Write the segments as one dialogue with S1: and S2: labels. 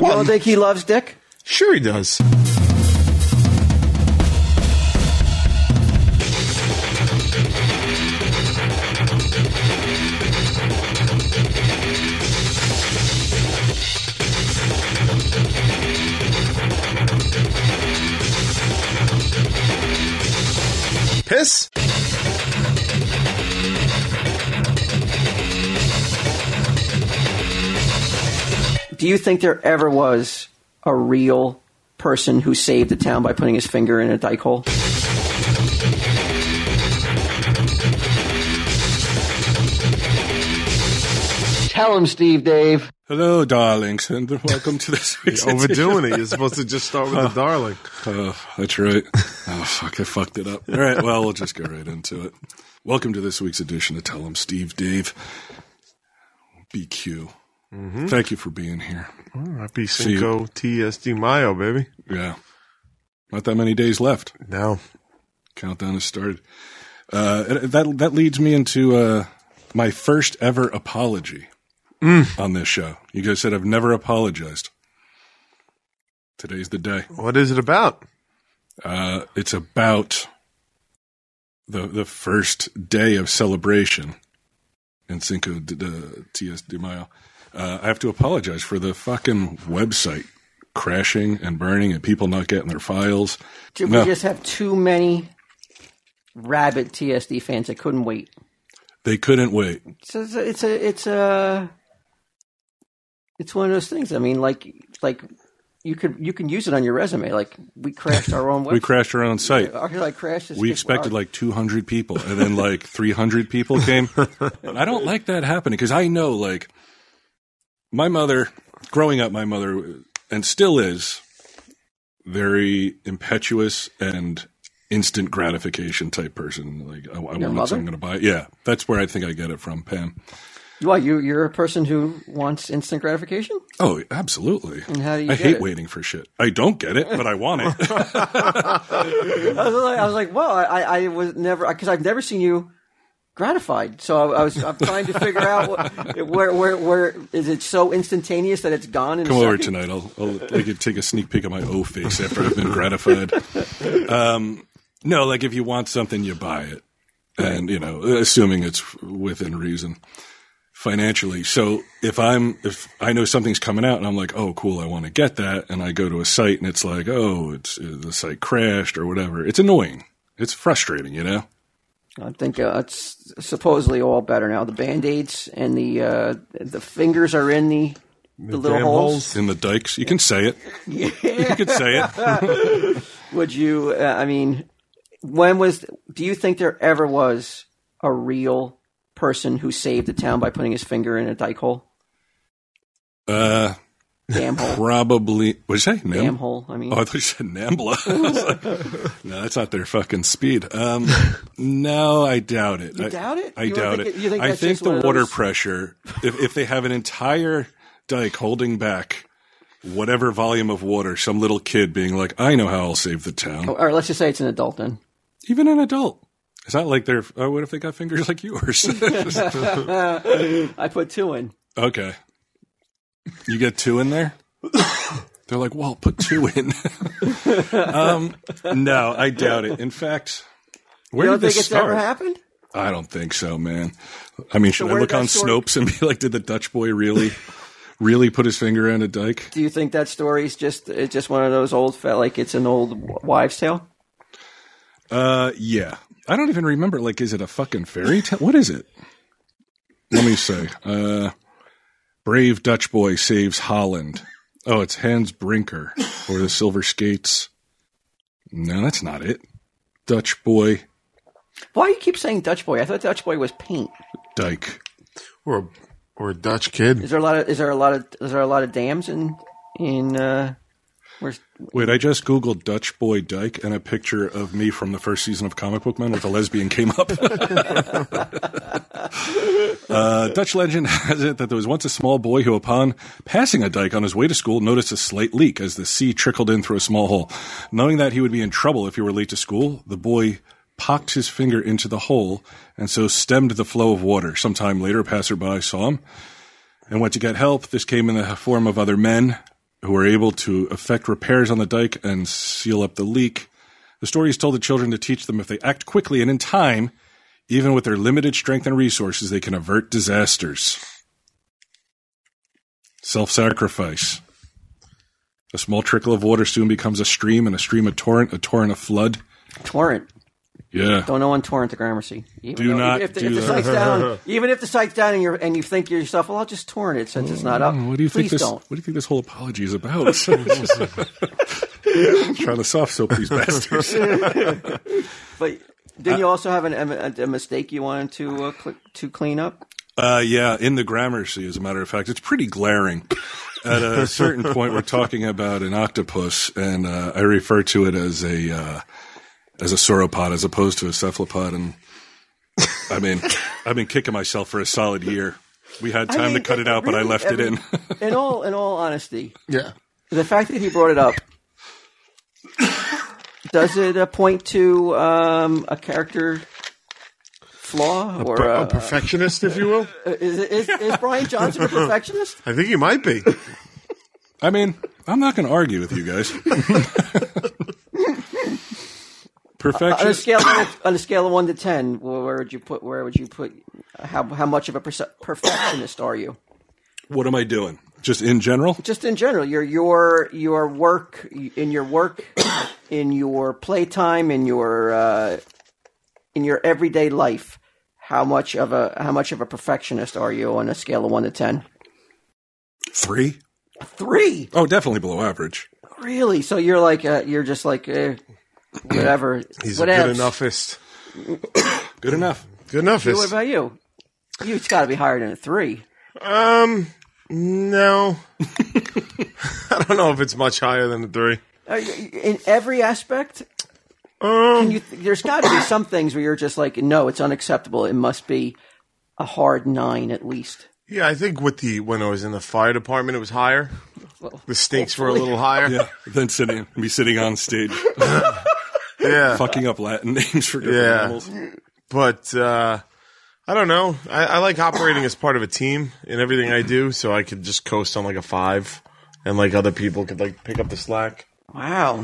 S1: You don't
S2: problem.
S1: think he loves Dick?
S2: Sure, he does. Piss.
S1: Do you think there ever was a real person who saved the town by putting his finger in a dike hole? Tell him, Steve Dave.
S3: Hello, darlings, and welcome to this week's
S4: Overdoing it. You're supposed to just start with the darling.
S3: Oh, that's right. Oh, fuck, I fucked it up. All right, well, we'll just go right into it. Welcome to this week's edition of Tell 'em Steve Dave, BQ. Thank you for being here.
S4: Happy
S3: See-
S4: Cinco TSD Mayo, baby.
S3: Yeah. Not that many days left.
S4: Now,
S3: Countdown has started. Uh, and that, that leads me into uh, my first ever apology on this show. You guys said I've never apologized. Today's the day.
S4: what is it about?
S3: Uh, it's about the the first day of celebration in Cinco de, de Tias de Mayo. Uh, I have to apologize for the fucking website crashing and burning and people not getting their files.
S1: Did
S3: No.
S1: we just have too many rabid TSD fans that couldn't wait?
S3: They couldn't wait.
S1: It's a, it's a, it's a, it's one of those things. I mean, like, like you could you can use it on your resume. Like we crashed our own website.
S3: We crashed our own site.
S1: Our, like crashes.
S3: We expected like 200 people, and then like 300 people came. And I don't like that happening because I know, like, my mother, growing up, my mother, and still is, very impetuous and instant gratification type person. Like, I, I want
S1: Your
S3: something
S1: mother?
S3: I'm going to buy. it. Yeah, that's where I think I get it from, Pam.
S1: Why you you're a person who wants instant gratification?
S3: Oh, absolutely.
S1: And how do you
S3: I
S1: get
S3: hate
S1: it?
S3: waiting for shit. I don't get it, but I want it.
S1: I was like, I was like well, I, I was never because I've never seen you gratified. So I, I was I'm trying to figure out what, where where where is it so instantaneous that it's gone. In a
S3: Come over
S1: second?
S3: tonight. I'll, I'll like, take a sneak peek at my O face after I've been gratified. Um, no, like if you want something, you buy it, and you know, assuming it's within reason financially. So if I'm if I know something's coming out and I'm like, oh, cool, I want to get that, and I go to a site and it's like, oh, it's uh, the site crashed or whatever. It's annoying. It's frustrating, you know.
S1: I think uh, it's supposedly all better now. The band aids and the uh, the fingers are in the the, little
S4: damn
S1: holes.
S3: In the dikes, you can say it. you can say it.
S1: Would you? Uh, I mean, when was? Do you think there ever was a real person who saved the town by putting his finger in a dike hole?
S3: Uh,
S1: Damn hole.
S3: probably. What did you say? No.
S1: Damn hole. I mean,
S3: Oh, I thought you said Nambla. I was like, no, that's not their fucking speed. Um, no, I doubt it.
S1: You
S3: I,
S1: doubt it?
S3: I
S1: You don't
S3: doubt
S1: think
S3: it.
S1: it- you think
S3: I
S1: that's
S3: think
S1: just
S3: the
S1: one of
S3: water
S1: those-
S3: pressure, if, if they have an entire dike holding back whatever volume of water, some little kid being like, I know how I'll save the town.
S1: or let's just say it's an adult then.
S3: Even an adult. It's not like they're, oh, what if they got fingers like yours?
S1: I put two in.
S3: okay. You get two in there? They're like, well, put two in. um, no, I doubt it. In fact, where
S1: You don't
S3: did this
S1: think it's
S3: start?
S1: ever happened?
S3: I don't think so, man. I mean, should I
S1: where
S3: look
S1: did that
S3: on
S1: story-
S3: Snopes and be like, did the Dutch boy really, really put his finger in a dike?
S1: Do you think that story's just it's just one of those old fa- like it's an old w- wives' tale?
S3: Uh, yeah. I don't even remember. Like, is it a fucking fairy tale? What is it? Let me say. Uh, brave Dutch boy saves Holland. Oh, it's Hans Brinker or the Silver Skates. No, that's not it. Dutch boy
S1: Why do you keep saying Dutch boy? I thought Dutch boy was paint.
S3: dike.
S4: Or a, or a Dutch
S1: Is
S4: kid.
S1: there a lot of is there a lot of is there a lot of dams in in uh where's
S3: Wait, I just googled Dutch boy Dyke, and a picture of me from the first season of Comic Book Men with a lesbian came up. uh, Dutch legend has it that there was once a small boy who, upon passing a dike on his way to school, noticed a slight leak as the sea trickled in through a small hole. Knowing that he would be in trouble if he were late to school, the boy pocked his finger into the hole and so stemmed the flow of water. Sometime later, a passerby saw him and went to get help. This came in the form of other men who are able to effect repairs on the dike and seal up the leak. The story is told to children to teach them if they act quickly and in time, even with their limited strength and resources, they can avert disasters. Self sacrifice. A small trickle of water soon becomes a stream, and a stream a torrent, a torrent a flood.
S1: Torrent.
S3: Yeah.
S1: Don't know on torrent the Gramercy. Even
S3: Do not
S1: if the,
S3: do
S1: if the
S3: that.
S1: site's down. Even if the site's down and you and you think to yourself, well, I'll just torrent it since it's not up.
S3: Oh, What do you think
S1: Please
S3: this?
S1: don't.
S3: What do you think this whole apology is about? Trying to soft soap these bastards.
S1: But did you also have an, a, a mistake you wanted to uh, cl- to clean up?
S3: Uh, yeah, in the Gramercy, as a matter of fact, it's pretty glaring. At a certain point, we're talking about an octopus, and uh, I refer to it as a uh, as a sauropod as opposed to a cephalopod. And I mean, I've been kicking myself for a solid year. We had time
S1: mean,
S3: to cut it out, but I
S1: really,
S3: left it
S1: I
S3: in.
S1: mean, in all in all honesty,
S4: Yeah.
S1: the fact that he brought it up does it uh, point to um, a character flaw or
S4: Per- a
S1: uh,
S4: perfectionist, if you will.
S1: is, is, is Brian Johnson a perfectionist?
S4: I think he might be.
S3: I mean, I'm not going to argue with you guys.
S1: On a
S3: Perfection.
S1: scale of, on a scale of one to ten, wh- where would you put where would you put how how much of a perse- perfectionist are you?
S3: What am I doing? Just in general?
S1: Just in general, your your your work in your work in your playtime in your uh, in your everyday life. How much of a how much of a perfectionist are you on a scale of one to ten?
S3: Three?
S1: Three,
S3: Oh, definitely below average.
S1: really? So you're like uh, you're just like eh, whatever.
S4: He's a
S1: whatevs.
S4: good enoughist.
S3: Good enough.
S4: Good
S1: What
S4: enoughist.
S1: about you? You've got to be higher than a three.
S4: Um, no. I don't know if it's much higher than a three.
S1: Are you- Uh, in every aspect Can you th- there's got to be some things where you're just like no it's unacceptable it must be a hard nine at least
S4: Yeah, I think with the when I was in the fire department, it was higher. The stinks were a little higher. Yeah,
S3: Yeah. Then sitting, be sitting on stage,
S4: yeah.
S3: fucking up Latin names for different
S4: Yeah.
S3: animals.
S4: but uh, I don't know. I, I like operating as part of a team in everything I do, so I could just coast on like a five, and like other people could like pick up the slack.
S1: wow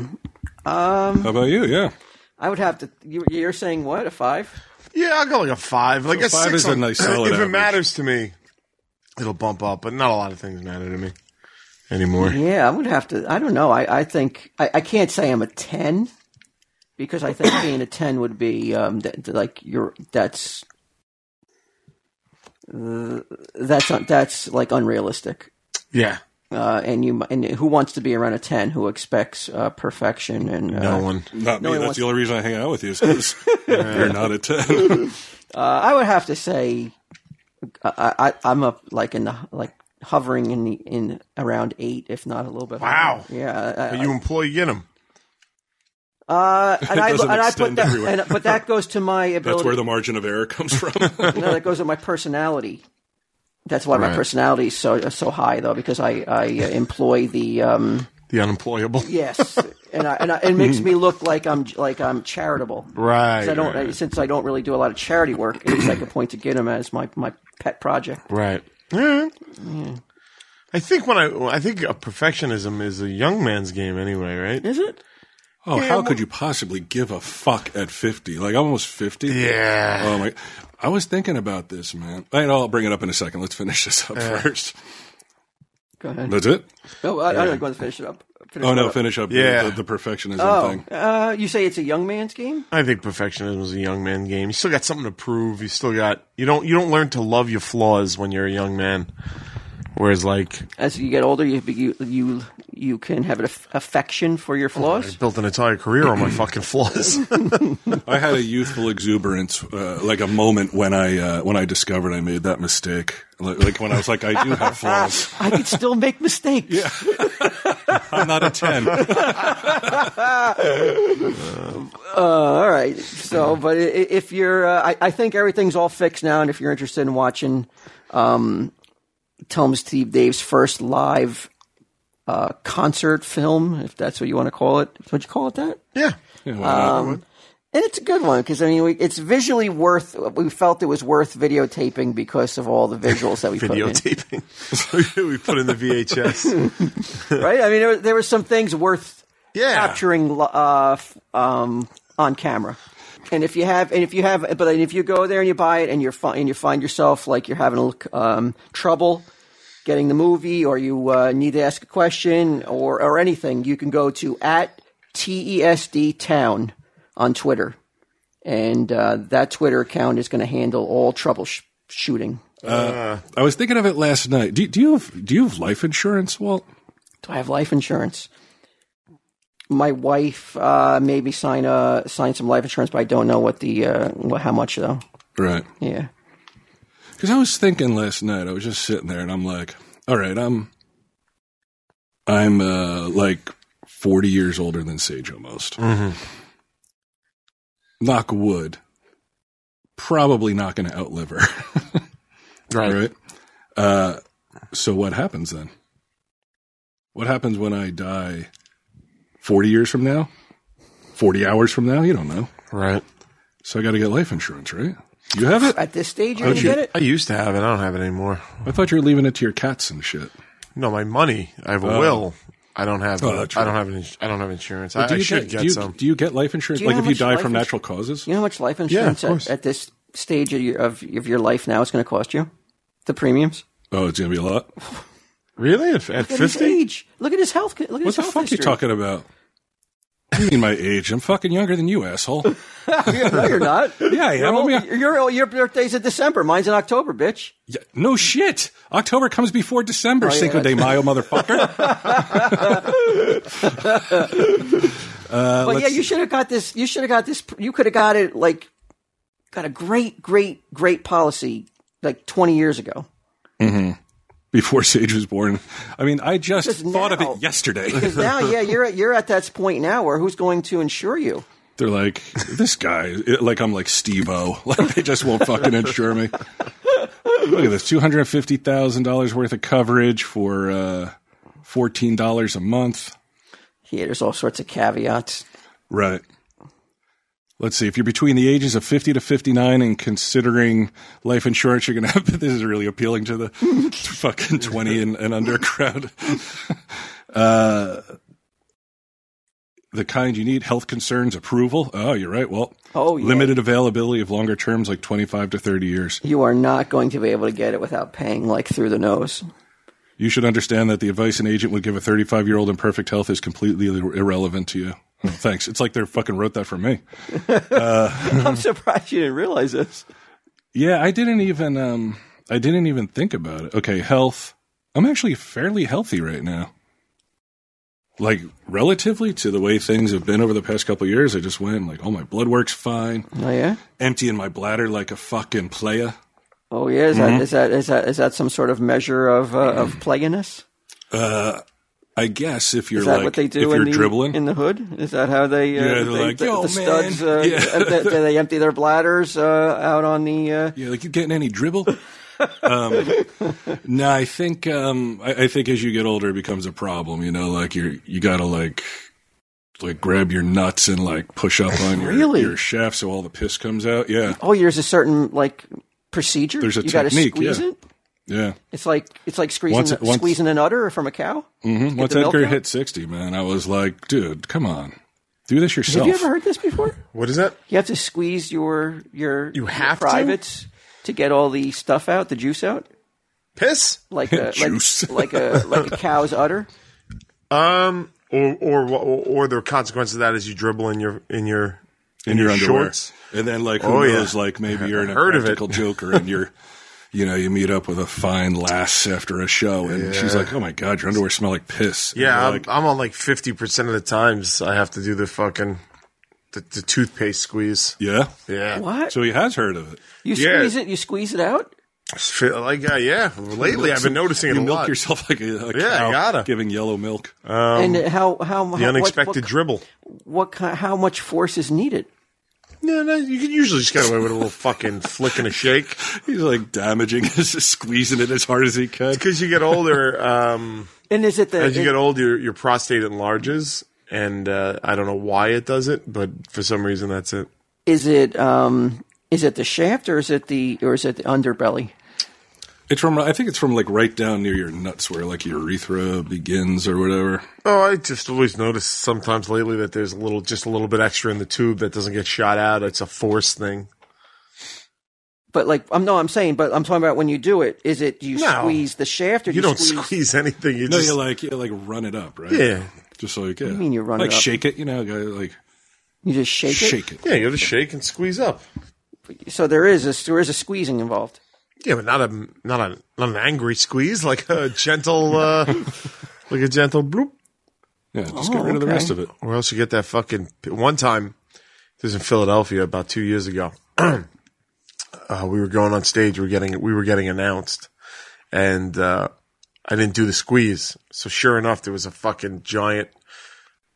S3: How about you? Yeah.
S1: i would have to you, you're saying what a five
S4: Yeah, I'll go like a five. Like a
S3: five
S4: six
S3: is a
S4: on-
S3: nice solid
S4: If it
S3: average.
S4: matters to me, it'll bump up. But not a lot of things matter to me anymore.
S1: yeah i would have to i don't know i, I think I, I can't say i'm a 10 because i think being a 10 would be um, th- th- like you're that's uh, that's un- that's like unrealistic
S4: Yeah,
S1: uh, and you and who wants to be around a 10 who expects uh, perfection and uh,
S4: no one.
S3: Not me.
S1: one
S3: That's
S1: wants-
S3: the only reason I hang out with you is 'cause you're not a 10.
S1: Uh, I would have to say, I, I, I'm up like in the like hovering in the in around eight, if not a little bit.
S4: Wow.
S1: higher. Yeah. I-
S4: You employ Yidam.
S1: uh, and I
S3: doesn't
S1: and I put
S3: extend
S1: that,
S3: everywhere.
S1: and, but that goes to my
S3: That's where
S1: ability.
S3: the margin of error comes from.
S1: you know, that goes to my personality. That's why my
S4: Right.
S1: personality is so uh, so high though, because I I uh, employ the um,
S4: the unemployable.
S1: yes, and I, and I, it makes me look like I'm like I'm charitable.
S4: Right.
S1: 'Cause I don't
S4: right.
S1: since I don't really do a lot of charity work. At least I could point to get him as my my pet project.
S4: Right. Yeah. I think when I I think uh, perfectionism is a young man's game anyway, right?
S1: Is it?
S3: Oh, how could you possibly give a fuck at 50? Like almost 50?
S4: Yeah.
S3: Oh my! I was thinking about this, man. And I'll bring it up in a second. Let's finish this up first.
S1: Go ahead.
S3: That's it.
S1: No, I, I don't want to finish it up. Finish
S3: Oh
S1: it
S3: no,
S1: up.
S3: finish up
S4: Yeah.
S3: the, the, the perfectionism
S1: Oh,
S3: thing.
S1: uh, you say it's a young man's game?
S4: I think perfectionism is a young man game. You still got something to prove. You still got you don't you don't learn to love your flaws when you're a young man. Whereas like
S1: As you get older, you you you, you can have an aff- affection for your flaws.
S4: built an entire career on my fucking flaws.
S3: I had a youthful exuberance, uh, like a moment when I uh, when I discovered I made that mistake. Like, like when I was like, I do have flaws.
S1: I can still make mistakes.
S3: I'm not a ten.
S1: All right. So, but i- i- if you're, uh, I, I think everything's all fixed now. And if you're interested in watching um, Tom Steve Dave's first live uh, concert film, if that's what you want to call it, would you call it that?
S4: yeah.
S3: Yeah, why not?
S1: Um, And it's a good one because I mean, we, it's visually worth. We felt it was worth videotaping because of all the visuals that we put in.
S4: Videotaping. we put in the VHS.
S1: Right? I mean, there, were- there were some things worth
S4: Yeah.
S1: capturing uh, f- um, on camera. And if you have, and if you have, but if you go there and you buy it, and you're fi- and you find yourself like you're having a little, um, trouble getting the movie, or you uh, need to ask a question, or or anything, you can go to at TESD Town on Twitter, and uh, that Twitter account is going to handle all troubleshooting.
S3: I was thinking of it last night. Do, do you have do you have life insurance, Walt?
S1: Do I have life insurance? My wife uh, made me sign uh, sign some life insurance, but I don't know what the uh, what, how much though.
S3: Right.
S1: Yeah,
S3: Because I was thinking last night. I was just sitting there, and I'm like, all right, I'm I'm uh, like 40 years older than Sage almost. Knock wood. Probably not going to outlive her.
S4: Right.
S3: All right. Uh, so what happens then? What happens when I die 40 years from now? 40 hours from now? You don't know.
S4: Right.
S3: So I got to get life insurance, right? You have it?
S1: at this stage you're gonna
S3: Okay.
S1: get it.
S4: I used to have it. I don't have it anymore.
S3: I thought you were leaving it to your cats and shit.
S4: No, my money. I have a will. I don't have. uh,
S3: Oh,
S4: I
S3: that's
S4: don't have. An, ins- I don't have insurance. I,
S3: do
S4: I
S3: you
S4: should
S3: get,
S4: get,
S3: do you,
S4: some.
S3: Do you get life insurance?
S1: Do you know
S3: like if
S1: how
S3: you
S1: much
S3: die
S1: life
S3: from
S1: ins-
S3: natural causes?
S1: You know how much life
S4: of
S1: insurance
S4: course.
S1: at, at this stage of your, of, of your life now is going to cost you? The premiums.
S3: Oh, it's going to be a lot.
S4: really? At, at
S1: Look at his
S4: fifty?
S1: age. Look at his health. Look at
S3: What
S1: his
S3: the
S1: health
S3: fuck are you
S1: history.
S3: talking about? I mean my age. I'm fucking younger than you, asshole.
S1: no, you're not.
S3: Yeah, I am.
S1: You're old-
S3: I'm-
S1: you're- your birthday's in December. Mine's in October, bitch.
S3: Yeah, no shit. October comes before December,
S1: Oh, yeah,
S3: Cinco de
S1: that's-
S3: Mayo, motherfucker.
S1: but yeah, you should have got this. You should have got this. You could have got it like got a great, great, great policy like twenty years ago.
S3: before Sage was born. I mean, I just
S1: Because
S3: thought of
S1: now-
S3: it yesterday.
S1: Because now, yeah, you're at, you're at that point now where who's going to insure you?
S3: They're like, this guy, it- like I'm like Steve O. Like they just won't fucking insure me. Look at this two hundred fifty thousand dollars worth of coverage for uh, fourteen dollars a month.
S1: Yeah, there's all sorts of caveats.
S3: Right. Let's see. If you're between the ages of 50 to 59 and considering life insurance, you're going to have this is really appealing to the fucking 20 and, and under crowd. uh, the kind you need, health concerns, approval. Oh, you're right. Well,
S1: Oh, yeah.
S3: limited availability of longer terms like 25 to 30 years.
S1: You are not going to be able to get it without paying like through the nose.
S3: You should understand that the advice an agent would give a 35 year old in perfect health is completely ir- irrelevant to you. Oh, thanks. It's like they fucking wrote that for me.
S1: I'm surprised you didn't realize this.
S3: Yeah, I didn't even um I didn't even think about it. Okay, health. I'm actually fairly healthy right now. Like relatively to the way things have been over the past couple of years, I just went like, oh my blood work's fine,
S1: Oh yeah.
S3: emptying my bladder like a fucking playa.
S1: Oh yeah. Is, that, is that is that is that some sort of measure of uh, of plaguiness?
S3: Uh, I guess if you're
S1: Is that
S3: like
S1: what they do
S3: if
S1: in
S3: you're
S1: the
S3: dribbling,
S1: in the hood? Is that how they? Uh,
S3: Yeah, they're
S1: they,
S3: like,
S1: the,
S3: "Yo,
S1: the studs.
S3: man."
S1: Uh,
S3: Yeah.
S1: em- they, they empty their bladders uh, out on the. Uh,
S3: Yeah, like you getting any dribble? um, no, I think um, I, I think as you get older, it becomes a problem. You know, like you're you gotta like like grab your nuts and like push up on your
S1: Really?
S3: your shaft so all the piss comes out. Yeah,
S1: oh, there's a certain like procedure.
S3: There's a
S1: you gotta
S3: technique,
S1: squeeze
S3: yeah.
S1: it.
S3: yeah.
S1: It's like it's like squeezing
S3: Once-
S1: the-
S3: once-
S1: squeezing an udder from a cow.
S3: hmm Once
S1: the milk
S3: Edgar
S1: out?
S3: hit sixty, man, I was like, dude, come on, do this yourself.
S1: Have you ever heard this before?
S4: What is that?
S1: You have to squeeze your your you
S4: have to?
S1: privates to? get all the stuff out, the juice out,
S4: Piss?
S1: like a
S3: Juice.
S1: like, like a like a cow's udder.
S4: Um. Or or wha- or, or the consequence of that is you dribble in your in your in,
S3: in your underwear.
S4: shorts.
S3: And then, like, who
S4: Oh, yeah.
S3: knows? Like, maybe you're an
S4: Heard of it.
S3: impractical joker, and you're, you know, you meet up with a fine lass after a show, and she's like, "Oh my god, your underwear smell like piss." And
S4: Yeah,
S3: you're
S4: I'm,
S3: like,
S4: I'm on like fifty percent of the times I have to do the fucking the, the toothpaste squeeze.
S3: yeah.
S4: Yeah.
S1: What
S3: So he has heard of it.
S1: you
S4: Yeah.
S1: squeeze it? You squeeze it out?
S4: It's fi- Like uh, yeah, lately I've been noticing it
S3: You
S4: a
S3: milk
S4: lot.
S3: yourself like a, a
S4: Yeah,
S3: cow
S4: I gotta.
S3: giving yellow milk.
S1: and how how
S4: the unexpected dribble.
S1: what kind, how much force is needed?
S4: No, no, you can usually just get away with a little fucking flick and a shake.
S3: He's like damaging, just squeezing it as hard as he can.
S4: Because you get older, um,
S1: And is it the
S4: as you
S1: it-
S4: get older, your, your prostate enlarges, and uh, I don't know why it does it, but for some reason that's it.
S1: is it um, is it the shaft or is it the or is it the underbelly?
S3: It's from I think it's from like right down near your nuts where like your urethra begins or whatever.
S4: Oh, I just always notice sometimes lately that there's a little, just a little bit extra in the tube that doesn't get shot out. It's a force thing.
S1: But like, I'm no, I'm saying, but I'm talking about when you do it. Is it do you
S4: No.
S1: squeeze the shaft or do
S4: You don't
S1: squeeze?
S4: squeeze anything. You
S3: No,
S4: just
S3: you like you like run it up, right?
S4: yeah,
S3: Just like yeah.
S1: mean you run
S3: like
S1: it up?
S3: shake it, you know, like
S1: You just shake,
S3: shake it.
S4: yeah. You gotta shake and squeeze up.
S1: it. So there is a there is a squeezing involved.
S4: Yeah, but not a not a not an angry squeeze, like a gentle, uh, like a gentle bloop.
S3: Yeah, just get rid of the
S1: Oh, okay.
S3: rest of it.
S4: Or else you get that fucking. One time, this was in Philadelphia about two years ago. uh, we were going on stage. We were getting we were getting announced, and uh, I didn't do the squeeze. So sure enough, there was a fucking giant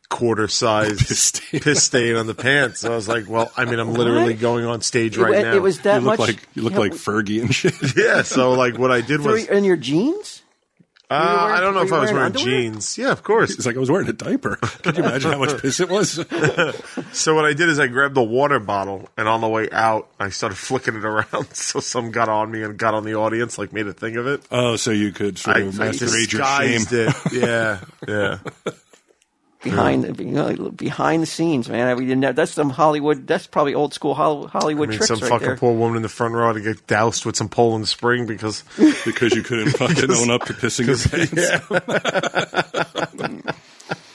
S4: quarter sized
S3: Piss stain.
S4: piss stain on the pants. So I was like, well, I mean, I'm literally going on stage
S1: It
S4: right
S1: wa-
S4: now.
S1: it, was
S3: You
S1: that
S3: look
S1: much.
S3: like you look
S1: yeah,
S3: like Fergie and shit.
S4: yeah. So like, what I did
S1: were
S4: was
S1: you in your jeans.
S4: Uh,
S1: wearing-
S4: I don't know
S1: were
S4: if
S1: you
S4: I was
S1: wearing
S4: wearing
S1: underwear?
S4: jeans. Yeah, of course.
S3: It's like I was wearing a diaper. Could you imagine how much piss it was?
S4: So what I did is I grabbed the water bottle, and on the way out, I started flicking it around. So some got on me and got on the audience, like made a thing of it.
S3: Oh, so you could sort
S4: I,
S3: of
S4: I
S3: masquerade your shame.
S4: disguised it. Yeah, yeah.
S1: behind the you know, behind the scenes, man. We didn't. Have, that's some Hollywood. That's probably old school Hol- Hollywood
S4: I mean,
S1: tricks
S4: some
S1: right
S4: fucking
S1: there.
S4: poor woman in the front row had to get doused with some Poland Spring because
S3: because you couldn't fucking own up to pissing your pants.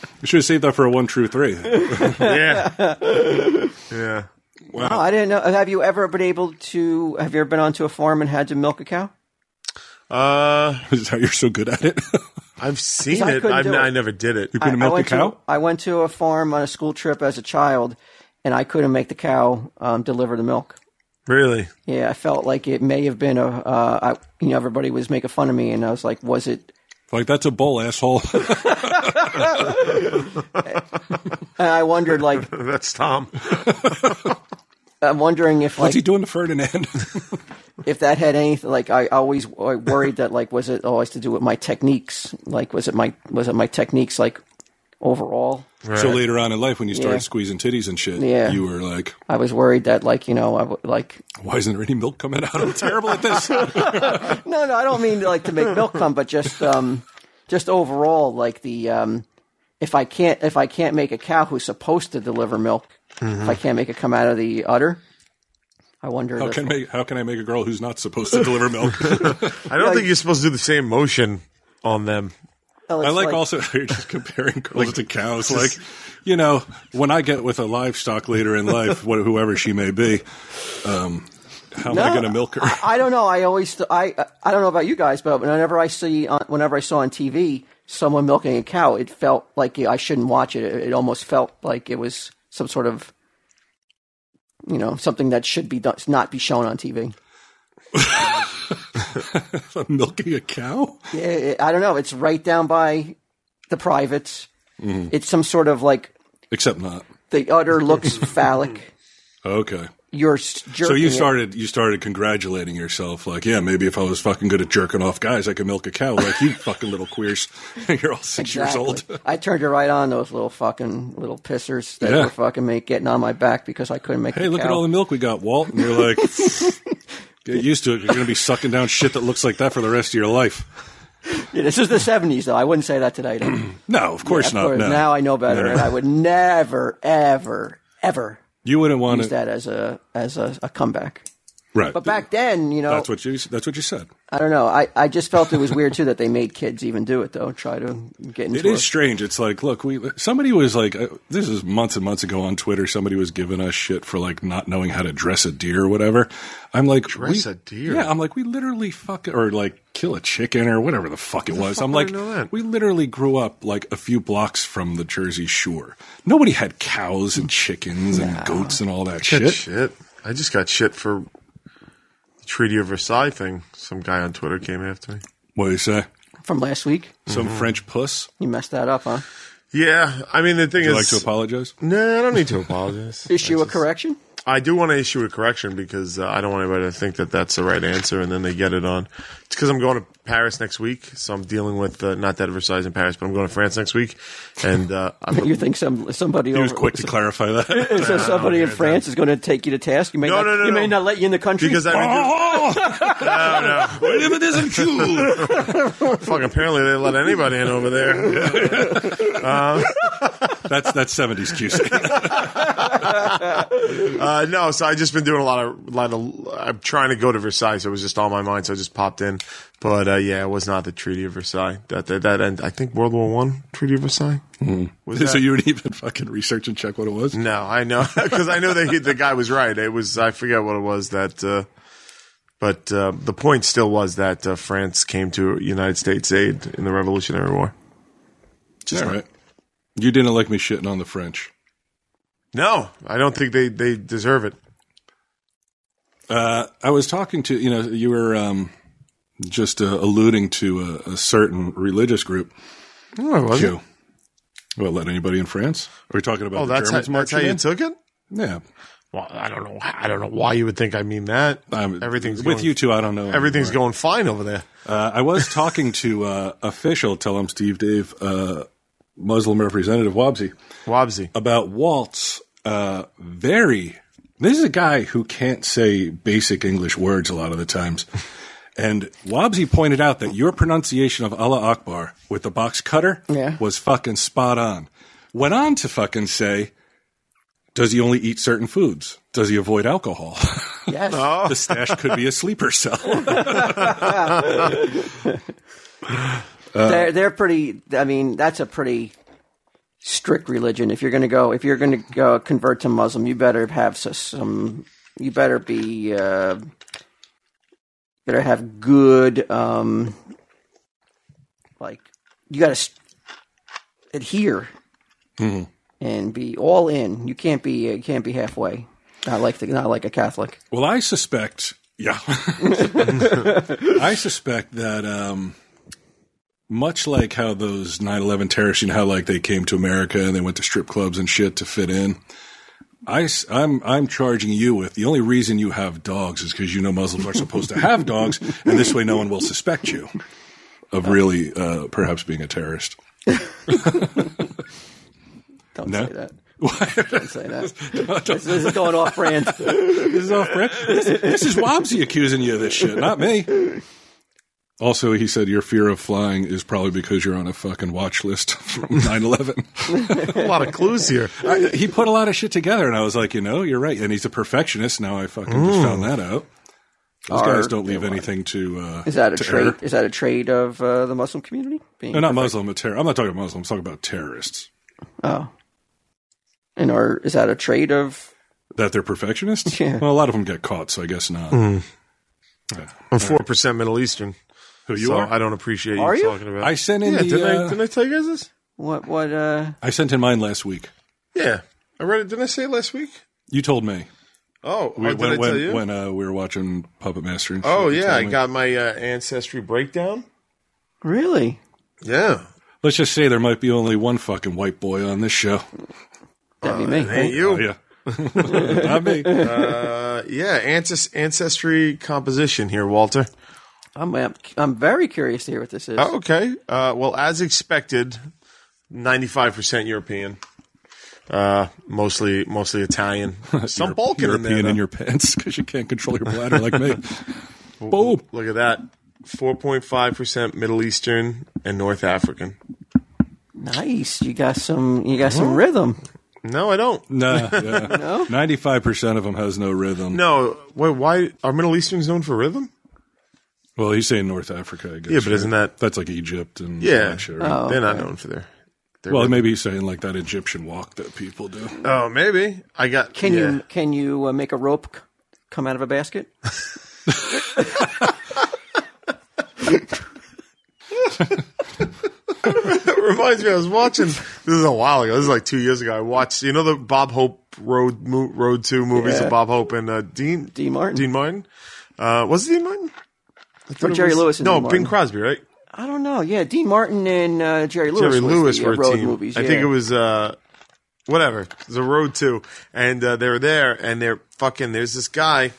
S3: you should have saved that for a one, true, three.
S4: yeah, yeah.
S1: Oh, I didn't know. Have you ever been able to? Have you ever been onto a farm and had to milk a cow?
S4: Uh,
S3: Is how you're so good at it?
S4: I've seen
S1: I
S4: it.
S1: couldn't
S4: I've,
S1: do it.
S4: n- I never did it.
S3: You couldn't milk a
S1: went
S3: cow?
S1: To, I went to a farm on a school trip as a child, and I couldn't make the cow um, deliver the milk.
S4: Really?
S1: Yeah, I felt like it may have been a. Uh, I, you know, everybody was making fun of me, and I was like, "Was it?"
S3: like, that's a bull, asshole.
S1: And I wondered, like,
S4: That's Tom.
S1: I'm wondering if, like,
S3: What's he doing to Ferdinand?
S1: if that had anything like I always I worried that like was it always to do with my techniques like was it my was it my techniques like overall
S3: So later on in life, when you started
S1: Yeah.
S3: squeezing titties and shit,
S1: Yeah.
S3: you were like,
S1: I was worried that like you know I w- like
S3: why isn't there any milk coming out? I'm terrible at this.
S1: no no I don't mean like to make milk come but just um just overall like the um if I can't if I can't make a cow who's supposed to deliver milk if I can't make it come out of the udder I wonder
S3: Mm-hmm. How
S1: if-
S3: can, make, how can I make a girl who's not supposed to deliver milk?
S4: I don't think you're supposed to do the same motion on them.
S1: oh, it's
S3: I like, also how you're just comparing girls to cows. like, you know, when I get with a livestock later in life, wh- whoever she may be, um, how am I
S1: No,
S3: going to milk her?
S1: I don't know. I always I I don't know about you guys, but whenever I see on, whenever I saw on TV someone milking a cow, it felt like I shouldn't watch it. It, it almost felt like it was some sort of you know something that should be done, not be shown on TV.
S3: milking a cow?
S1: Yeah, it- I don't know. It's right down by the privates.
S3: Mm-hmm.
S1: It's some sort of like
S3: Except not.
S1: the udder looks phallic.
S3: Okay.
S1: You're s- jerking
S3: So you
S1: it.
S3: started you started congratulating yourself, like, yeah, maybe if I was fucking good at jerking off guys, I could milk a cow like you fucking little queers. You're all six years old.
S1: Exactly. I turned it right on those little fucking little pissers that
S3: Yeah.
S1: were fucking make getting on my back because I couldn't make.
S3: Hey, look at all the milk we got, Walt. And you're like, get used to it. You're going to be sucking down shit that looks like that for the rest of your life.
S1: Yeah, this is the seventies, though. I wouldn't say that today. Though.
S3: No, of course
S1: Of
S3: not.
S1: course,
S3: no.
S1: Now I know better,
S3: No.
S1: and I would never, ever, ever
S3: You wouldn't want
S1: use
S3: to.
S1: that as a as a, a comeback.
S3: Right.
S1: But back then, you know,
S3: that's what you. That's what you said.
S1: I don't know. I, I just felt it was weird too that they made kids even do it though. Try to get into
S3: It is strange. It's like, look, we somebody was like, uh, this is months and months ago on Twitter. Somebody was giving us shit for like not knowing how to dress a deer or whatever. I'm like,
S4: Dress
S3: we-
S4: a deer?
S3: Yeah, I'm like, we literally fuck or like kill a chicken or whatever the fuck it was. I'm
S4: fuck
S3: like,
S4: would I know that?
S3: we literally grew up like a few blocks from the Jersey Shore. Nobody had cows and chickens and goats and all that
S4: Shit.
S3: shit.
S4: I just got shit for the Treaty of Versailles thing. Some guy on Twitter came after me.
S3: What do you say?
S1: from last week.
S3: Some
S4: Mm-hmm.
S3: French puss.
S1: You messed that up, huh?
S4: Yeah, I mean the thing
S3: Would
S4: is,
S3: you like to apologize?
S4: no, I don't need to apologize.
S1: Issue
S4: I
S1: a correction.
S4: I do want to issue a correction because uh, I don't want anybody to think that that's the right answer and then they get it on. It's because I'm going to Paris next week, so I'm dealing with uh, not that Versailles in Paris, but I'm going to France next week, and uh, I'm,
S1: You think some somebody
S3: He
S1: over,
S3: was quick to clarify that.
S1: so somebody in France is going to take you to task? You may
S4: No,
S1: not,
S4: no, no,
S1: you may
S4: no.
S1: not let you in the country
S4: because I redo-
S3: oh, William, it isn't cool.
S4: fuck. Apparently, they let anybody in over there.
S3: That's that's seventies QC.
S4: Uh, no, so I just been doing a lot of lot of. I'm trying to go to Versailles. So it was just on my mind, so I just popped in. But uh, yeah, it was not the Treaty of Versailles. That that, that and I think World War One Treaty of Versailles. Was that-
S3: so you would even fucking research and check what it was.
S4: No, I know because I know that he, the guy was right. It was I forget what it was that, uh, but uh, the point still was that uh, France came to United States aid in the Revolutionary War.
S3: All right. You didn't like me shitting on the French.
S4: No, I don't think they they deserve it.
S3: Uh, I was talking to you know you were um, just uh, alluding to a, a certain religious group.
S4: No, it wasn't.
S3: Jew. Well, let anybody in France? Are we talking about
S4: Oh,
S3: the
S4: that's how, that's
S3: Germans
S4: how
S3: marching
S4: you
S3: in?
S4: took it.
S3: yeah,
S4: Well, I don't know. I don't know why you would think I mean that.
S3: I'm-
S4: everything's
S3: with
S4: going,
S3: you two. I don't know.
S4: Everything's
S3: anymore.
S4: going fine over there.
S3: Uh, I was talking to uh, official, tell him Steve Dave, uh, Muslim representative Wabzi,
S4: Wobsy.
S3: about Waltz. Uh, very. This is a guy who can't say basic English words a lot of the times. And Wabzi pointed out that your pronunciation of Allah Akbar with the box cutter
S1: Yeah.
S3: was fucking spot on. Went on to fucking say, does he only eat certain foods? Does he avoid alcohol?
S1: yes.
S4: Oh,
S3: the stash could be a sleeper cell.
S1: they're they're pretty. I mean, that's a pretty strict religion. If you're going to go, if you're going to go convert to Muslim, you better have s- some. You better be. Uh, better have good. Um, like you got to adhere and be all in. You can't be. You can't be halfway. Not like the, not like a Catholic.
S3: Well, I suspect, yeah, I suspect that um, much like how those 9/11 terrorists, you know, how like they came to America and they went to strip clubs and shit to fit in. I, am I'm charging you with the only reason you have dogs is because you know Muslims are supposed to have dogs, and this way no one will suspect you of really uh, perhaps being a terrorist.
S1: Don't
S3: No.
S1: say that.
S3: this
S1: Don't say that. this, this is going off brand.
S3: is off brand. This, this is Wamsi accusing you of this shit, not me. Also, he said your fear of flying is probably because you're on a fucking watch list from 9 11.
S4: a lot of clues here.
S3: he put a lot of shit together, and I was like, you know, you're right. And he's a perfectionist. Now I fucking just found that out. Those
S1: Are-
S3: guys don't leave anything to. Uh,
S1: Is that a
S3: to
S1: trait?
S3: error.
S1: Is that a trait of uh, the Muslim community? Being
S3: No, not Muslim. A terror. I'm not talking about Muslim. I'm talking about terrorists.
S1: Oh. And or is that a trait of
S3: That they're perfectionists?
S1: Yeah.
S3: Well, a lot of them get caught, so I guess not.
S4: I'm four percent Middle Eastern,
S3: Who you
S4: so
S3: are?
S4: I don't appreciate
S1: Are
S4: you
S1: you?
S4: talking about.
S3: I sent in
S4: yeah,
S3: the.
S4: didn't, I,
S3: uh,
S4: didn't I tell you guys this?
S1: what what uh
S3: I sent in mine last week.
S4: Yeah, I read it. Didn't I say it last week?
S3: You told me.
S4: Oh,
S3: We,
S4: oh, did
S3: when
S4: I tell
S3: when,
S4: you?
S3: when uh, we were watching Puppet Master. And shit,
S4: oh
S3: you
S4: yeah,
S3: told
S4: I
S3: me.
S4: got my uh, ancestry breakdown.
S1: really?
S4: Yeah,
S3: Let's just say there might be only one fucking white boy on this show.
S1: That'd be me.
S4: ain't you?
S3: Oh, yeah, not me.
S4: Uh, yeah, ances- ancestry composition here, Walter.
S1: I'm, I'm I'm very curious to hear what this is.
S4: Oh, okay. Uh, well, as expected, ninety-five percent European. Uh, mostly, mostly Italian. Some Balkan in
S3: European
S4: there.
S3: in,
S4: though.
S3: your pants because you can't control your bladder like me. Boom.
S4: Look at that. Four point five percent Middle Eastern and North African.
S1: Nice. You got some you got some rhythm.
S4: No, I don't.
S3: Nah, ninety-five percent of them has no rhythm.
S4: No, wait, why are Middle Easterns known for rhythm?
S3: Well, he's saying North Africa. I guess,
S4: Yeah, but isn't that-
S3: that's like Egypt and all
S4: Yeah,
S3: that
S1: Oh,
S3: shit, right?
S4: they're not known for their. their
S3: well,
S4: rhythm.
S3: maybe he's saying like that Egyptian walk that people do.
S4: oh, maybe I got.
S1: Can
S4: yeah.
S1: you can you uh, make a rope c- come out of a basket?
S4: It reminds me, I was watching. This is a while ago. This is like two years ago. I watched. You know the Bob Hope Road mo- Road Two movies
S1: Yeah.
S4: of Bob Hope and uh, Dean
S1: Dean Martin.
S4: Dean Martin. Uh, was it Dean Martin? I thought
S1: Or
S4: it
S1: Jerry Lewis and
S4: no,
S1: Dean Martin.
S4: Bing Crosby, right?
S1: I don't know. Yeah, Dean Martin and uh, Jerry Lewis.
S4: Jerry
S1: was
S4: Lewis
S1: the, uh,
S4: were a
S1: road
S4: team.
S1: movies.
S4: I
S1: yeah.
S4: think it was. Uh, whatever. The road to, and uh, they were there, and they're fucking. There's this guy,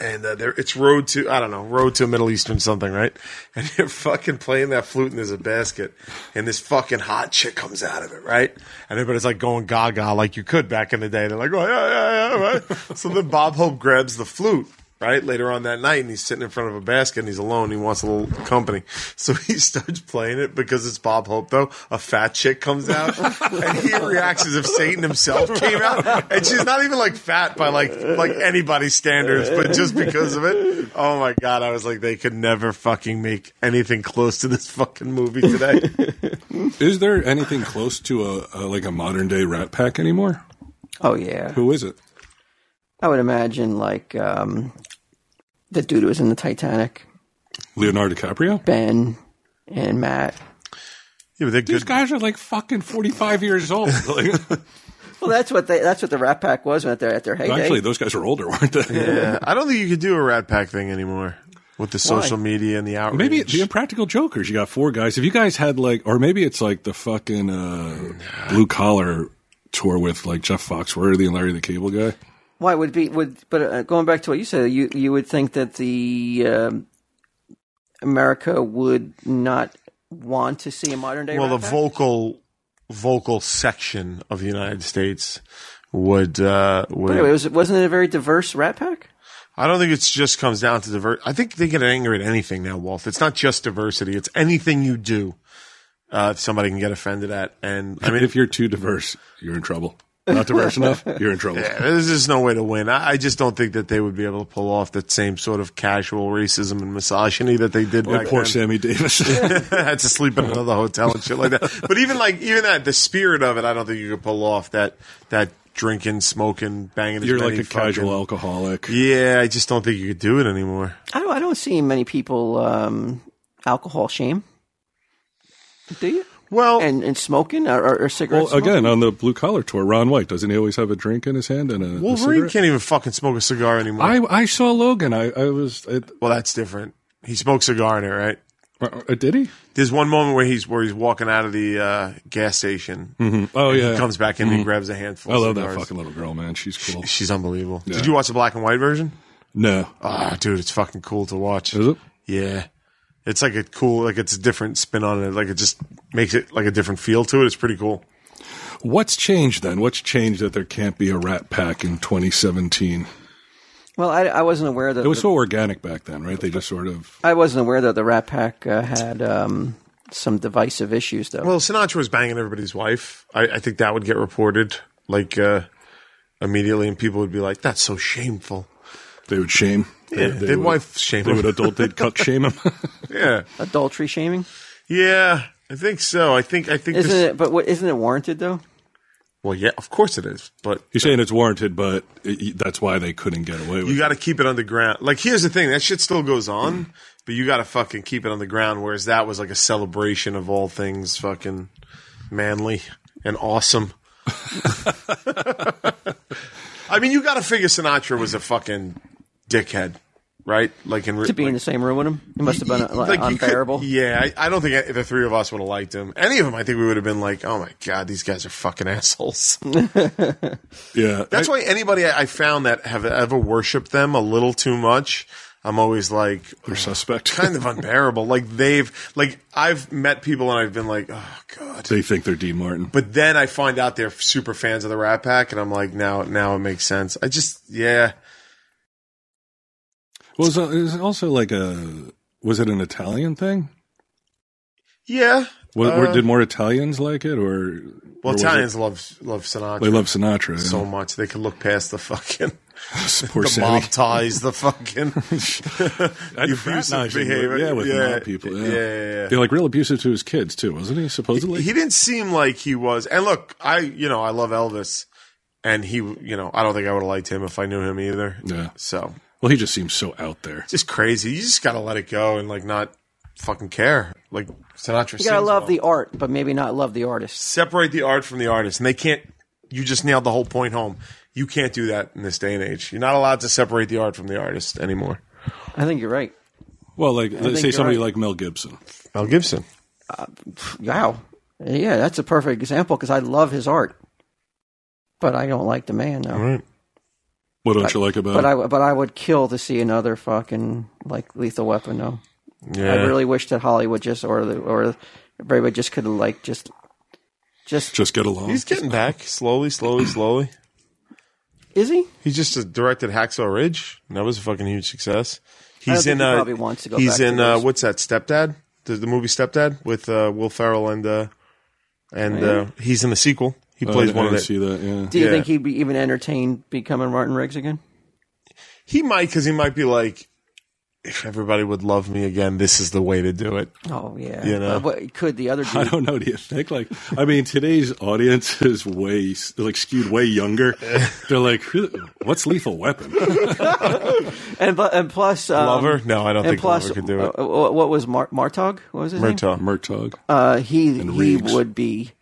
S4: and uh, there it's road to. I don't know, road to Middle Eastern something, right? And they're fucking playing that flute, and there's a basket, and this fucking hot chick comes out of it, right? And everybody's like going gaga, like you could back in the day. They're like, oh yeah, yeah, yeah. Right? so then Bob Hope grabs the flute. Right later on that night, and he's sitting in front of a basket, and he's alone. And he wants a little company, so he starts playing it because it's Bob Hope. Though a fat chick comes out, and he reacts as if Satan himself came out, and she's not even like fat by like like anybody's standards, but just because of it. Oh my god, I was like, they could never fucking make anything close to this fucking movie today.
S3: Is there anything close to a, a like a modern day Rat Pack anymore?
S1: Oh yeah,
S3: Who is it?
S1: I would imagine like um, the dude who was in the Titanic,
S3: Leonardo DiCaprio?
S1: Ben and Matt.
S4: Yeah, but they're
S3: These
S4: good.
S3: guys are like fucking forty five years old. Like,
S1: Well, that's what they, that's what the Rat Pack was at their at their heyday.
S3: actually, those guys are older, weren't they?
S4: Yeah, I don't think you could do a Rat Pack thing anymore with the social media and the outrage.
S3: Maybe the Impractical Jokers. You got four guys. If you guys had like, or maybe it's like the fucking uh, blue collar tour with like Jeff Foxworthy and Larry the Cable Guy.
S1: Why would be would but uh, going back to what you said, you you would think that the um, America would not want to see a modern day.
S4: well the
S1: Rat Pack?
S4: vocal vocal section of the United States would uh would
S1: But anyway, was, wasn't it a very diverse Rat Pack?
S4: I don't think it's just comes down to divert I think they get angry at anything now, Walt. It's not just diversity, it's anything you do. Uh, somebody can get offended at, and I mean,
S3: if you're too diverse, you're in trouble. Not diverse enough, you're in trouble.
S4: yeah, there's just no way to win. I, I just don't think that they would be able to pull off that same sort of casual racism and misogyny that they did.
S3: Like
S4: back
S3: poor
S4: then.
S3: Sammy Davis.
S4: had to sleep in another hotel and shit like that. But even like even that, the spirit of it, I don't think you could pull off that that drinking, smoking, banging. as
S3: you're like
S4: many
S3: a casual
S4: fucking-
S3: alcoholic.
S4: Yeah, I just don't think you could do it anymore.
S1: I don't I don't see many people um, alcohol shame. Do you?
S4: Well,
S1: And and smoking or, or, or cigarettes?
S3: Well, again, on the blue collar tour, Ron White doesn't he always have a drink in his hand and a, a
S4: Wolverine
S3: cigarette?
S4: can't even fucking smoke a cigar anymore.
S3: I I saw Logan. I I was. It,
S4: well, that's different. He smokes cigar in it, right?
S3: uh, did he?
S4: There's one moment where he's where he's walking out of the uh, gas station.
S3: Oh yeah.
S4: He comes back in and he grabs a handful.
S3: I love
S4: of
S3: that
S4: cigars.
S3: fucking little girl, man. She's cool.
S4: She's unbelievable. Did you watch the black and white version?
S3: No,
S4: Ah, dude, it's fucking cool to watch.
S3: is it?
S4: Yeah. It's like a cool, like it's a different spin on it. Like it just makes it like a different feel to it. It's pretty cool.
S3: What's changed then? What's changed that there can't be a Rat Pack in 2017?
S1: well, I, I wasn't aware that
S3: It was so organic back then, right? They just sort of.
S1: I wasn't aware that the Rat Pack uh, had um, some divisive issues, though.
S4: Well, Sinatra was banging everybody's wife. I, I think that would get reported like uh, immediately, and people would be like, "That's so shameful."
S3: They would shame.
S4: Yeah,
S3: they,
S4: they'd
S3: would,
S4: wife shame
S3: They would
S4: him.
S3: adult. They'd cut shame him.
S4: Yeah,
S1: Adultery shaming
S4: yeah, I think so. I think I think
S1: isn't
S4: this.
S1: it? But what, isn't it warranted though?
S4: well, yeah, of course it is, but
S3: You're saying it's warranted, but it, that's why they couldn't get away with.
S4: you
S3: it.
S4: got to keep it underground. Like, here's the thing: that shit still goes on, but you got to fucking keep it on the ground. Whereas that was like a celebration of all things fucking manly and awesome. I mean, you got to figure Sinatra was a fucking dickhead, right? Like in
S1: To be in the same room with him, it must have been uh, like,
S4: you could-
S1: unbearable.
S4: yeah, I, I don't think the three of us would have liked him. Any of them, I think we would have been like, "Oh my god, these guys are fucking assholes."
S3: Yeah,
S4: That's why anybody I I found that have ever worshipped them a little too much, I'm always like,
S3: they're suspect.
S4: kind of unbearable. Like they've like I've met people and I've been like, oh god.
S3: they think they're Dean Martin.
S4: But then I find out they're super fans of the Rat Pack, and I'm like, now now it makes sense. I just yeah.
S3: Well, so it was also like a was it an Italian thing?
S4: Yeah.
S3: Was,
S4: Uh,
S3: were, did more Italians like it, or or
S4: well
S3: was it-
S4: Italians love love Sinatra
S3: they love Sinatra
S4: so
S3: so
S4: much. They can look past the fucking
S3: poor
S4: the
S3: Sammy.
S4: mob ties, the fucking
S3: Fraternize
S4: abusive
S3: him with-
S4: behavior.
S3: yeah, with mob people, yeah. They're like real abusive to his kids too, wasn't he? Supposedly,
S4: he didn't seem like he was. And look, I you know I love Elvis, and he you know I don't think I would have liked him if I knew him either.
S3: Yeah.
S4: So
S3: well, he just seems so out there.
S4: just crazy. You just gotta let it go and like not fucking care. Like Sinatra.
S1: You gotta love the art, but maybe not love the artist.
S4: separate the art from the artist, and they can't. You just nailed the whole point home. You can't do that in this day and age. You're not allowed to separate the art from the artist anymore.
S1: I think you're right.
S3: Well, like let's say
S1: you're
S3: somebody
S1: right.
S3: like Mel Gibson.
S4: Mel Gibson.
S1: Wow. Yeah, that's a perfect example because I love his art. But I don't like the man though.
S4: Right.
S3: What don't you like about
S1: But
S3: it?
S1: I w- but I would kill to see another fucking like Lethal Weapon though.
S4: Yeah.
S1: I really wish that Hollywood just or the, or everybody just could like just just
S3: just get along?
S4: He's getting back slowly, slowly, slowly.
S1: is he?
S4: He just uh, directed Hacksaw Ridge. and That was a fucking huge success.
S1: don't
S4: He's
S1: think
S4: in.
S1: he
S4: uh,
S1: probably wants to go
S4: He's
S1: back
S4: in.
S1: to
S4: uh,
S1: this.
S4: what's that? Stepdad. The, the movie Stepdad with uh, Will Ferrell and uh,
S1: Oh,
S4: and uh, he's in the sequel. He
S3: Oh, I
S4: plays
S3: didn't-
S4: one
S3: I
S4: of
S3: didn't
S4: the.
S3: see that. Yeah.
S1: Do you
S4: Yeah.
S1: think he'd be even entertained becoming Martin Riggs again?
S4: He might because he might be like, if everybody would love me again, this is the way to do it.
S1: Oh yeah,
S4: You know.
S1: But what, could the other
S3: I
S1: dude?
S3: don't know. Do you think like I mean today's audience is way like skewed way younger. They're like, "Who- what's Lethal Weapon?
S1: And bu- and plus um,
S4: Lover? No, I don't
S1: and
S4: think
S1: plus,
S4: Lover could do it.
S1: uh, uh, what was Mar- Martog? What was his name?
S4: Murtaugh.
S3: Murtaugh.
S1: Uh, he he
S3: Reeves.
S1: would be.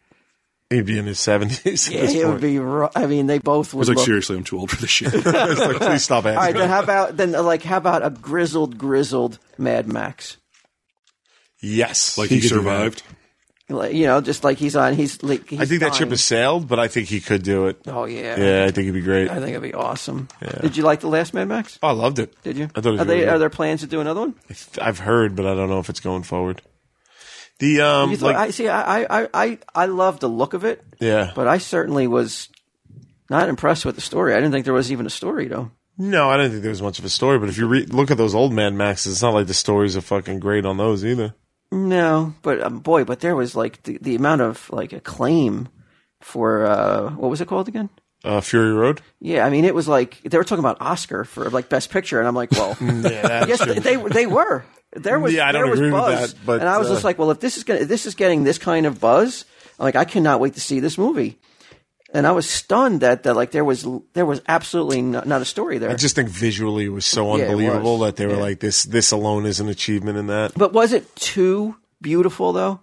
S4: He'd be in his seventies. at this
S1: It would
S4: point.
S1: be. ru- I mean, they both
S3: I was
S1: would.
S3: like,
S1: Um, look-
S3: seriously, I'm too old for this shit.
S4: It's like, please stop
S1: All right,
S4: asking.
S1: then how about then uh, like how about a grizzled grizzled Mad Max?
S4: yes,
S3: like he,
S4: could do that.
S3: survived.
S1: Like, you know, just like he's on. He's like he's
S4: I think that
S1: dying.
S4: ship has sailed, but I think he could do it.
S1: Oh yeah.
S4: Yeah, I think it'd be great.
S1: I think it'd be awesome. Did you like the last Mad Max?
S4: Oh, I loved it.
S1: Did you?
S4: I thought it was
S1: are,
S4: really
S1: they,
S4: good.
S1: are there plans to do another one?
S4: I've heard, but I don't know if it's going forward. The um,
S1: You thought,
S4: like,
S1: I see. I, I- I, I, I love the look of it,
S4: yeah,
S1: but I certainly was not impressed with the story. I didn't think there was even a story though.
S4: no, I don't think there was much of a story. But if you re- look at those old man Maxes, it's not like the stories are fucking great on those either.
S1: No, but um, boy, but there was like the, the amount of like acclaim for uh, what was it called again?
S4: Uh, Fury Road.
S1: Yeah, I mean, it was like they were talking about Oscar for like Best Picture, and I'm like, well,
S4: Mm, Yeah,
S1: yes, they, they they were. There was
S4: Yeah, I don't
S1: there was
S4: agree with
S1: buzz,
S4: that, but,
S1: and I was
S4: uh,
S1: just like, well, if this is gonna if this is getting this kind of buzz, I'm like, I cannot wait to see this movie. And I was stunned that that like there was there was absolutely not, not a story there.
S4: I just think visually it was so
S1: Yeah, it
S4: unbelievable
S1: was.
S4: that they were like this. This alone is an achievement in that.
S1: but was it too beautiful though?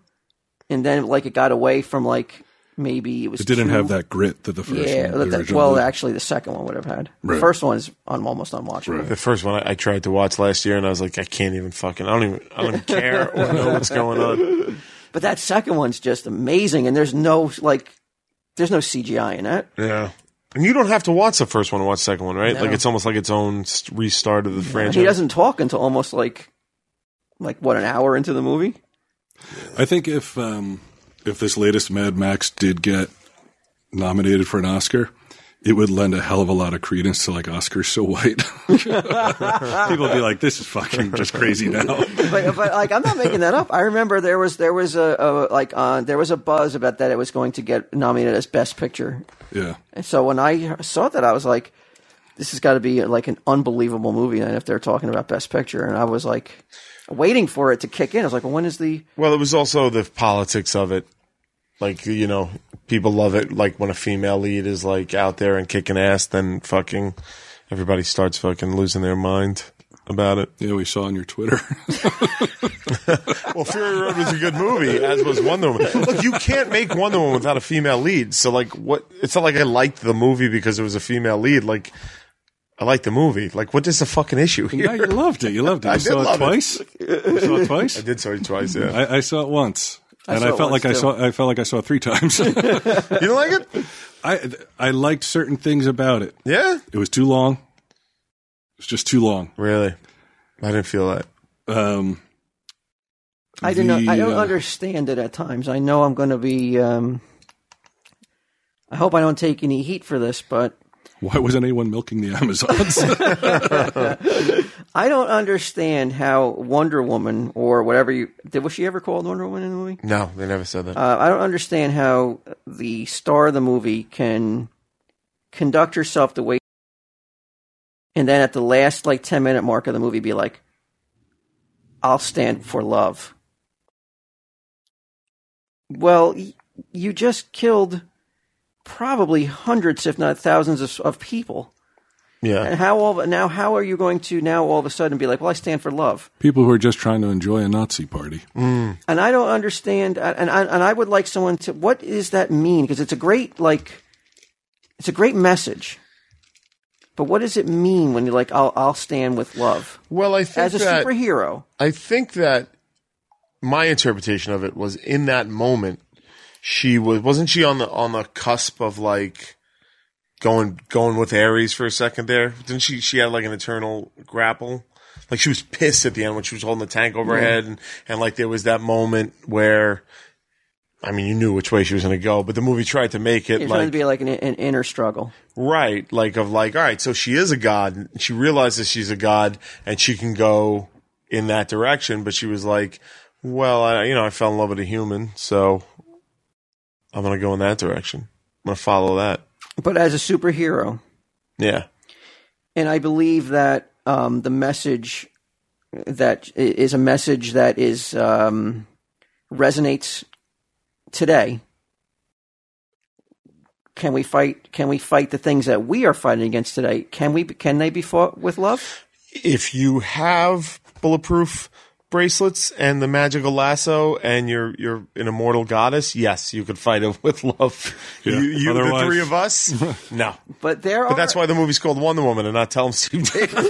S1: And then like it got away from like maybe it was
S3: It didn't
S1: too-
S3: have that grit that the first
S1: yeah.
S3: one. the
S1: that-
S3: original
S1: well,
S3: did.
S1: actually, the second one would have had.
S3: Right.
S1: The first one is un- almost unwatchable.
S4: The first one I, I tried to watch last year, and I was like, I can't even fucking. I don't even. I don't even care or know what's going on.
S1: But that second one's just amazing, and there's no like, there's no CGI in it.
S4: Yeah. And you don't have to watch the first one to watch the second one, right?
S1: No.
S4: Like it's almost like its own s- restart of the franchise.
S1: He doesn't talk until almost like, like what an hour into the movie.
S3: I think if um, if this latest Mad Max did get nominated for an Oscar, it would lend a hell of a lot of credence to like Oscars so white. People would be like, "This is fucking just crazy now."
S1: But, but like I'm not making that up. I remember there was there was a, a like uh, there was a buzz about that it was going to get nominated as best picture.
S3: Yeah,
S1: And so when I saw that, I was like, this has got to be like an unbelievable movie. And if they're talking about best picture, and I was like waiting for it to kick in. I was like, well, when is the
S4: Well, it was also the politics of it. Like, you know, people love it. Like when a female lead is like out there and kicking ass, then fucking everybody starts fucking losing their mind about it.
S3: yeah, we saw on your Twitter.
S4: Well, Fury Road was a good movie, as was Wonder Woman. Look, you can't make Wonder Woman without a female lead. So like what it's not like I liked the movie because it was a female lead. Like I like the movie. Like what is the fucking issue
S3: yeah,
S4: here?
S3: you loved it. You loved it. You
S4: I did
S3: saw it
S4: love it.
S3: twice. You saw it twice.
S4: I did sorry twice, yeah.
S3: I, I saw it once, and
S1: saw
S3: I
S1: it
S3: felt
S1: once,
S3: like I
S1: too.
S3: saw. I felt like I saw it three times.
S4: You don't like it?
S3: I I liked certain things about it.
S4: Yeah?
S3: It was too long. It was just too long.
S4: Really? I didn't feel that.
S3: Um,
S1: I do not. I
S3: the,
S1: don't
S3: uh,
S1: understand it at times. I know I'm going to be. Um, I hope I don't take any heat for this, but
S3: Why wasn't anyone milking the Amazons?
S1: I don't understand how Wonder Woman or whatever you did. Was she ever called Wonder Woman in the movie?
S4: No, they never said that.
S1: Uh, I don't understand how the star of the movie can conduct herself the way, and then at the last like ten minute mark of the movie, be like, "I'll stand for love." Well, y- you just killed probably hundreds, if not thousands, of, of people.
S4: yeah.
S1: And how all of, now? How are you going to now all of a sudden be like, "Well, I stand for love"?
S3: People who are just trying to enjoy a Nazi party.
S1: and I don't understand. uh, And I, and I would like someone to. What does that mean? Because it's a great like, it's a great message. But what does it mean when you're like, I'll I'll stand with love
S4: Well, I think
S1: as a
S4: that
S1: superhero?
S4: I think that my interpretation of it was in that moment she was wasn't she on the on the cusp of like going going with Aries for a second there. Didn't she? She had like an internal grapple. Like she was pissed at the end when she was holding the tank over her head, and, and like there was that moment where, I mean, you knew which way she was going to go, but the movie tried to make it
S1: It's
S4: like
S1: going to be like an, an inner struggle.
S4: Right. Like of like, all right, so she is a god. and She realizes she's a god and she can go in that direction, but she was like, well, I, you know, I fell in love with a human, so I'm going to go in that direction. I'm going to follow that.
S1: But as a superhero,
S4: Yeah.
S1: and I believe that um, the message that i- is a message that is um, resonates today. Can we fight? Can we fight the things that we are fighting against today? Can we? Can they be fought with love?
S4: If you have bulletproof bracelets and the magical lasso and you're you're an immortal goddess, yes, you could fight it with love.
S3: Yeah.
S4: You, you the
S3: Otherwise-
S4: three of us? No.
S1: But there are.
S4: But that's why the movie's called Wonder Woman and not Tell 'em Steve Davis.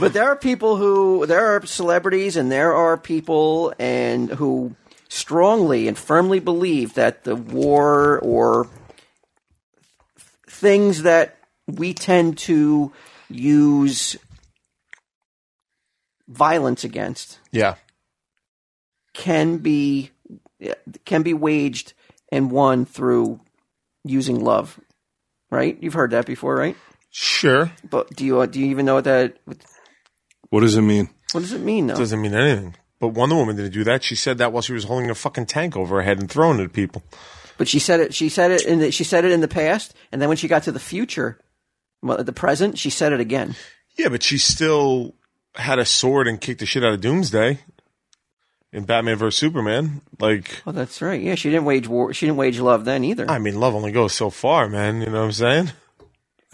S1: but there are people who there are celebrities and there are people and who strongly and firmly believe that the war or things that we tend to use violence against
S4: yeah.
S1: can be can be waged and won through using love right you've heard that before right
S4: Sure.
S1: but do you do you even know what that what
S3: What does it mean?
S1: does it mean though
S4: Doesn't mean anything. But Wonder Woman didn't do that. She said that while she was holding a fucking tank over her head and throwing it at people.
S1: But she said it. She said it. In the, she said it in the past, and then when she got to the future, well, the present, she said it again.
S4: Yeah, but she still had a sword and kicked the shit out of Doomsday in Batman vs Superman. Like,
S1: Oh, that's right. Yeah, she didn't wage war. She didn't wage love then either.
S4: I mean, love only goes so far, man. You know what I'm saying?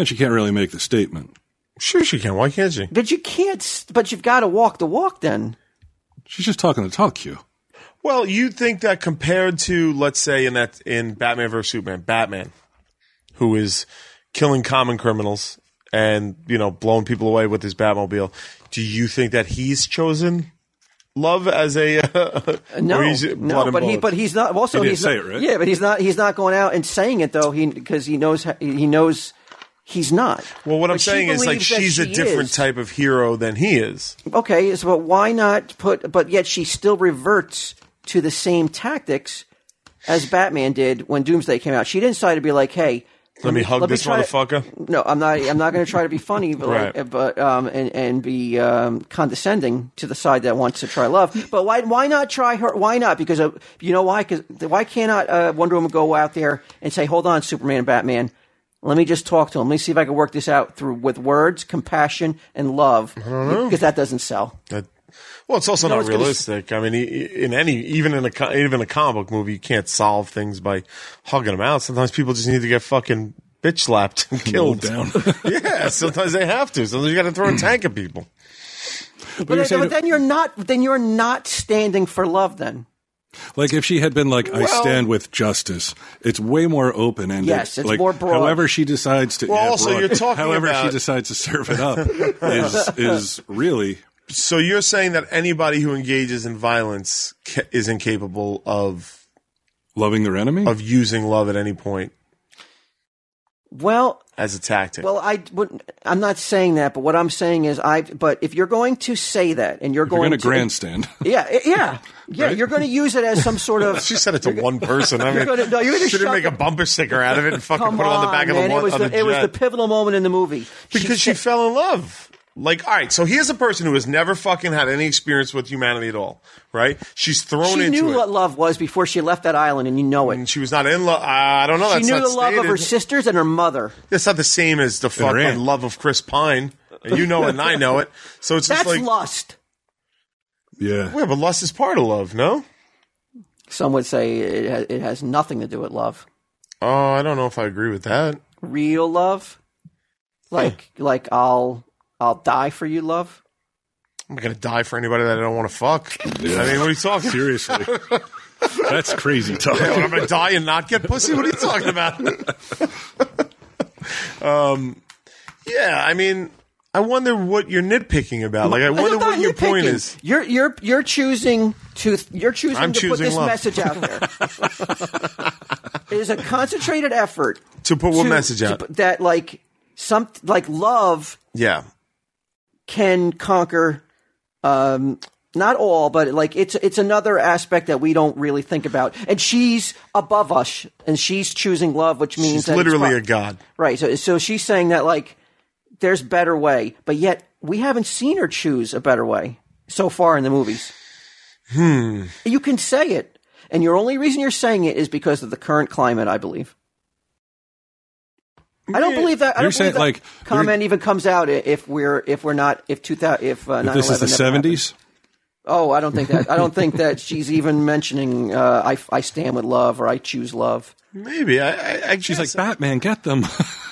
S3: And she can't really make the statement.
S4: Sure, she can. Why can't she?
S1: but you can't. s- But you've got to walk the walk. Then
S3: She's just talking the talk, Q.
S4: Well, you'd think that compared to, let's say, in that in Batman vs Superman, Batman, who is killing common criminals and you know blowing people away with his Batmobile, do you think that he's chosen love as a uh,
S1: no,
S4: or he's blood
S1: no.
S4: and
S1: But he.
S4: bullets?
S1: But he's not. Also,
S3: He didn't
S1: he's not,
S3: say it, right?
S1: Yeah, but he's not. He's not going out and saying it though. He because he knows. He knows. He's not.
S4: well, what I'm
S1: But she
S4: saying is like
S1: believes that
S4: she's a
S1: she
S4: different
S1: is.
S4: type of hero than he is.
S1: Okay, so but why not put? But yet she still reverts to the same tactics as Batman did when Doomsday came out. She didn't decide to be like, "Hey,
S4: Let me hug
S1: let me
S4: this
S1: try to-
S4: motherfucker.
S1: no, I'm not. I'm not going to try to be funny, but
S4: Right.
S1: like, but um, and and be um, condescending to the side that wants to try love. But why why not try her? Why not? Because uh, you know why? Because why cannot uh, Wonder Woman go out there and say, "Hold on, Superman and Batman." Let me just talk to him. Let me see if I can work this out through with words, compassion, and love. Because that doesn't sell.
S4: That- well, it's also not
S1: it's gonna-
S4: realistic. I mean, e- e- in any, even in a co- even a comic book movie, you can't solve things by hugging them out. Sometimes people just need to get fucking bitch slapped and killed.
S3: down.
S4: yeah, sometimes they have to. Sometimes you got to throw a tank at people.
S1: But,
S3: you're
S1: then-
S3: saying-
S1: but then you're not. Then you're not standing for love. Then
S3: Like if she had been like, I
S4: Well-
S3: stand with justice. It's way more open ended.
S1: Yes, it's
S3: like,
S1: more broad.
S3: However she decides to.
S4: Well,
S3: yeah,
S4: also,
S3: broad.
S4: you're talking
S3: However
S4: about-
S3: she decides to serve it up is is really
S4: So you're saying that anybody who engages in violence ca- is incapable of
S3: loving their enemy.
S4: of using love at any point
S1: well,
S4: as a tactic.
S1: well, I wouldn't. I'm not saying that, but what I'm saying is, I. But if you're going to say that, and you're
S3: You're
S1: going
S3: in a
S1: to,
S3: grandstand.
S1: yeah, i- yeah, yeah, you're going to use it as some sort of.
S4: she said it to one person. I mean,
S1: gonna- no, you're gonna
S4: she didn't
S1: shut
S4: make a
S1: the-
S4: bumper sticker out of it and fucking
S1: Come
S4: put it on the back of the
S1: man,
S4: one.
S1: it was
S4: on
S1: the, it was
S4: jet.
S1: the pivotal moment in the movie
S4: because she,
S1: said-
S4: fell in love. Like, all right, so here's a person who has never fucking had any experience with humanity at all, right? She's thrown
S1: she
S4: into
S1: knew
S4: it.
S1: what love was before she left that island, and you know
S4: and
S1: it.
S4: she was not in love. I don't know.
S1: She
S4: That's
S1: knew
S4: not
S1: the love of
S4: stated.
S1: her sisters and her mother.
S4: That's not the same as the
S3: aunt.
S4: fucking love of Chris Pine. And you know it, and I know it. So it's just
S1: That's
S4: like,
S1: lust.
S3: Yeah.
S4: yeah, but lust is part of love, no?
S1: Some would say it, ha- it has nothing to do with love.
S4: Oh, I don't know if I agree with that.
S1: real love like like i'll i'll die for you love
S4: I'm not gonna die for anybody that I don't want to fuck. I mean, what are you talking? about?
S3: Seriously. That's crazy talk.
S4: I'm gonna die and not get pussy. What are you talking about? um, yeah, I mean, I wonder what you're nitpicking about. Like, I wonder
S1: I'm not
S4: what your point
S1: nitpicking.
S4: is.
S1: you're you're you're choosing to you're choosing
S4: I'm
S1: to put
S4: choosing
S1: this
S4: love.
S1: message out there It is a concentrated effort
S4: To put what
S1: to-
S4: message
S1: to
S4: out?
S1: put- that like some like love
S4: yeah.
S1: can conquer um not all but like it's it's another aspect that we don't really think about and she's above us and she's choosing love which means
S4: She's
S1: that it's
S4: literally
S1: pro-
S4: a god.
S1: right so so she's saying that like there's better way but yet we haven't seen her choose a better way so far in the movies hmm you can say it and your only reason you're saying it is because of the current climate i believe I don't believe that. I
S3: You're
S1: don't
S3: saying,
S1: believe that
S3: like,
S1: comment even comes out i- if we're if we're not if two thousand if, uh,
S3: If this is the
S1: 9/11 never happened.
S3: 70s.
S1: Oh, I don't think that. I don't think that she's even mentioning uh, I I stand with love or I choose love.
S4: Maybe I. I, I
S3: She's
S4: guess.
S3: like, Batman, get them.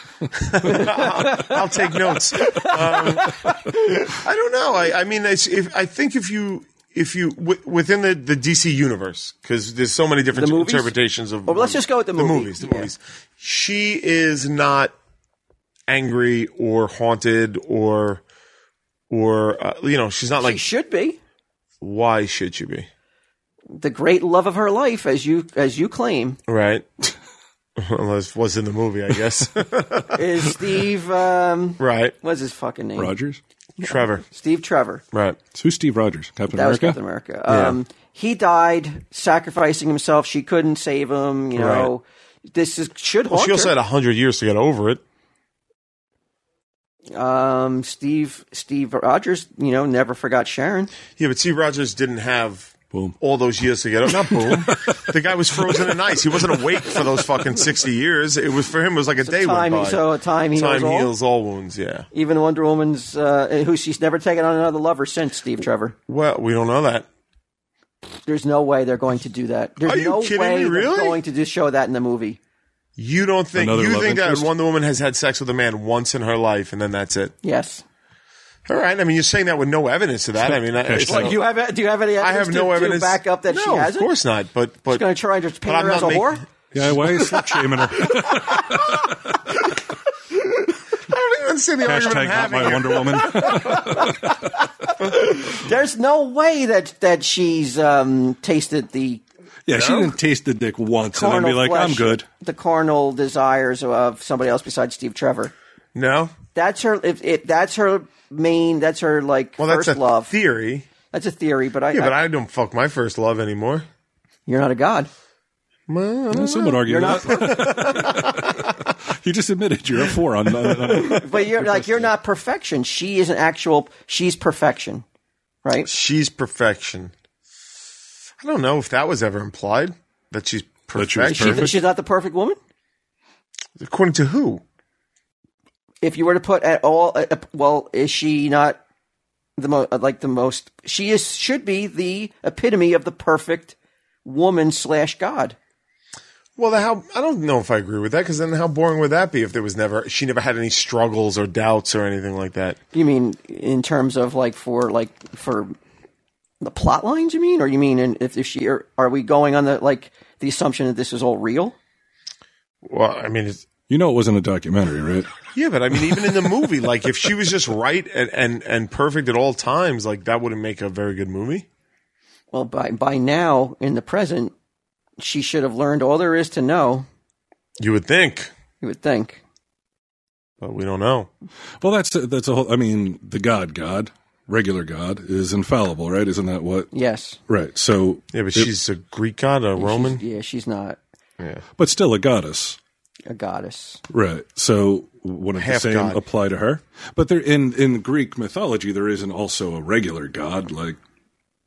S4: I'll take notes. Um, I don't know. I, I mean, it's, if, I think if you if you w- within the, the DC universe, because there's so many different
S1: The movies?
S4: interpretations of.
S1: Well, let's just go with the movie.
S4: movies. The
S1: Yeah.
S4: movies. She is not angry or haunted or or uh, you know she's not
S1: She
S4: like.
S1: should be
S4: why should she be
S1: the great love of her life, as you as you claim,
S4: right? Unless was in the movie, I guess.
S1: is Steve. Um,
S4: right,
S1: what's his fucking name?
S3: Rogers?
S4: Trevor.
S1: Steve Trevor.
S4: Right.
S3: So who's Steve Rogers? Captain
S1: That was
S3: America?
S1: Captain America. Um, He died sacrificing himself. She couldn't save him. You know, this is should haunt
S4: She also
S1: her.
S4: had hundred years to get over it.
S1: um, Steve Steve Rogers, you know, never forgot Sharon.
S4: Yeah, but Steve Rogers didn't have
S3: Boom.
S4: all those years to get up. Not boom. the guy was frozen in ice. He wasn't awake for those fucking sixty years. It was for him. It was like a day
S1: time,
S4: went by.
S1: so time heals
S4: time
S1: all.
S4: heals all wounds. Yeah.
S1: Even Wonder Woman's, uh, who she's never taken on another lover since Steve Trevor.
S4: Well, we don't know that.
S1: There's no way they're going to do that. There's
S4: Are you
S1: no
S4: kidding
S1: way
S4: me? Really?
S1: they're going to just show that in the movie.
S4: You don't think
S3: Another
S4: you
S3: love
S4: think that
S3: interest?
S4: Wonder Woman has had sex with a man once in her life and then that's it.
S1: Yes.
S4: All right. I mean, you're saying that with no evidence to that. I mean, I, it's
S3: Hashtag
S4: like-
S1: Do you have e-, do you have any?
S4: I
S1: Evidence
S4: have
S1: to-
S4: no
S1: to
S4: evidence
S1: back up that
S4: no,
S1: she has
S4: Of course not. But but
S1: Going to try and just
S4: But
S1: paint
S4: I'm
S1: her as a
S4: not
S1: whore.
S4: making-
S3: Yeah, why is slut shaming her?
S4: I don't even see the argument I'm
S3: Hashtag not
S4: having. here.
S3: my Wonder Woman.
S1: There's no way that that she's um, tasted the
S3: Yeah, she didn't taste the dick once and then
S1: carnal
S3: be like,
S1: flesh,
S3: I'm good.
S1: The carnal desires of somebody else besides Steve Trevor.
S4: No.
S1: That's her. If it, that's her main. That's her like
S4: Well,
S1: first
S4: that's a
S1: love.
S4: theory.
S1: that's a theory, but I,
S4: Yeah, but
S1: I-
S4: I don't fuck my first love anymore.
S1: you're not a god.
S4: Well,
S3: Some would argue that. you just admitted you're a four on. uh, on, on-
S1: But you're like you're not perfection. She is an actual. She's perfection, right?
S4: she's perfection. I don't know if that was ever implied that she's
S3: That she was
S4: perfection.
S3: perfect.
S1: She's not the perfect woman.
S4: According to who?
S1: If you were to put at all, uh, uh, well, is she not the most like the most? She is should be the epitome of the perfect woman slash god.
S4: Well, the how I don't know if I agree with that because then how boring would that be if there was never she never had any struggles or doubts or anything like that?
S1: You mean in terms of like for like for the plot lines? You mean, or you mean, in, if, if she are, are we going on the like the assumption that this is all real?
S4: Well, I mean, it's,
S3: you know, it wasn't a documentary, right?
S4: yeah, but I mean, even in the movie, like if she was just right and, and and perfect at all times, like that wouldn't make a very good movie.
S1: Well, by by now in the present, she should have learned all there is to know.
S4: You would think,
S1: You would think.
S4: but we don't know.
S3: Well, that's uh, that's a whole. I mean, the God, God, regular God is infallible, right? Isn't that what?
S1: Yes.
S3: Right. So,
S4: Yeah, but she's a Greek god, a Roman.
S1: Yeah, she's not
S3: but still a goddess.
S1: a goddess.
S3: Right. So wouldn't the
S4: Half
S3: same
S4: god.
S3: apply to her? But there in in Greek mythology there isn't also a regular god like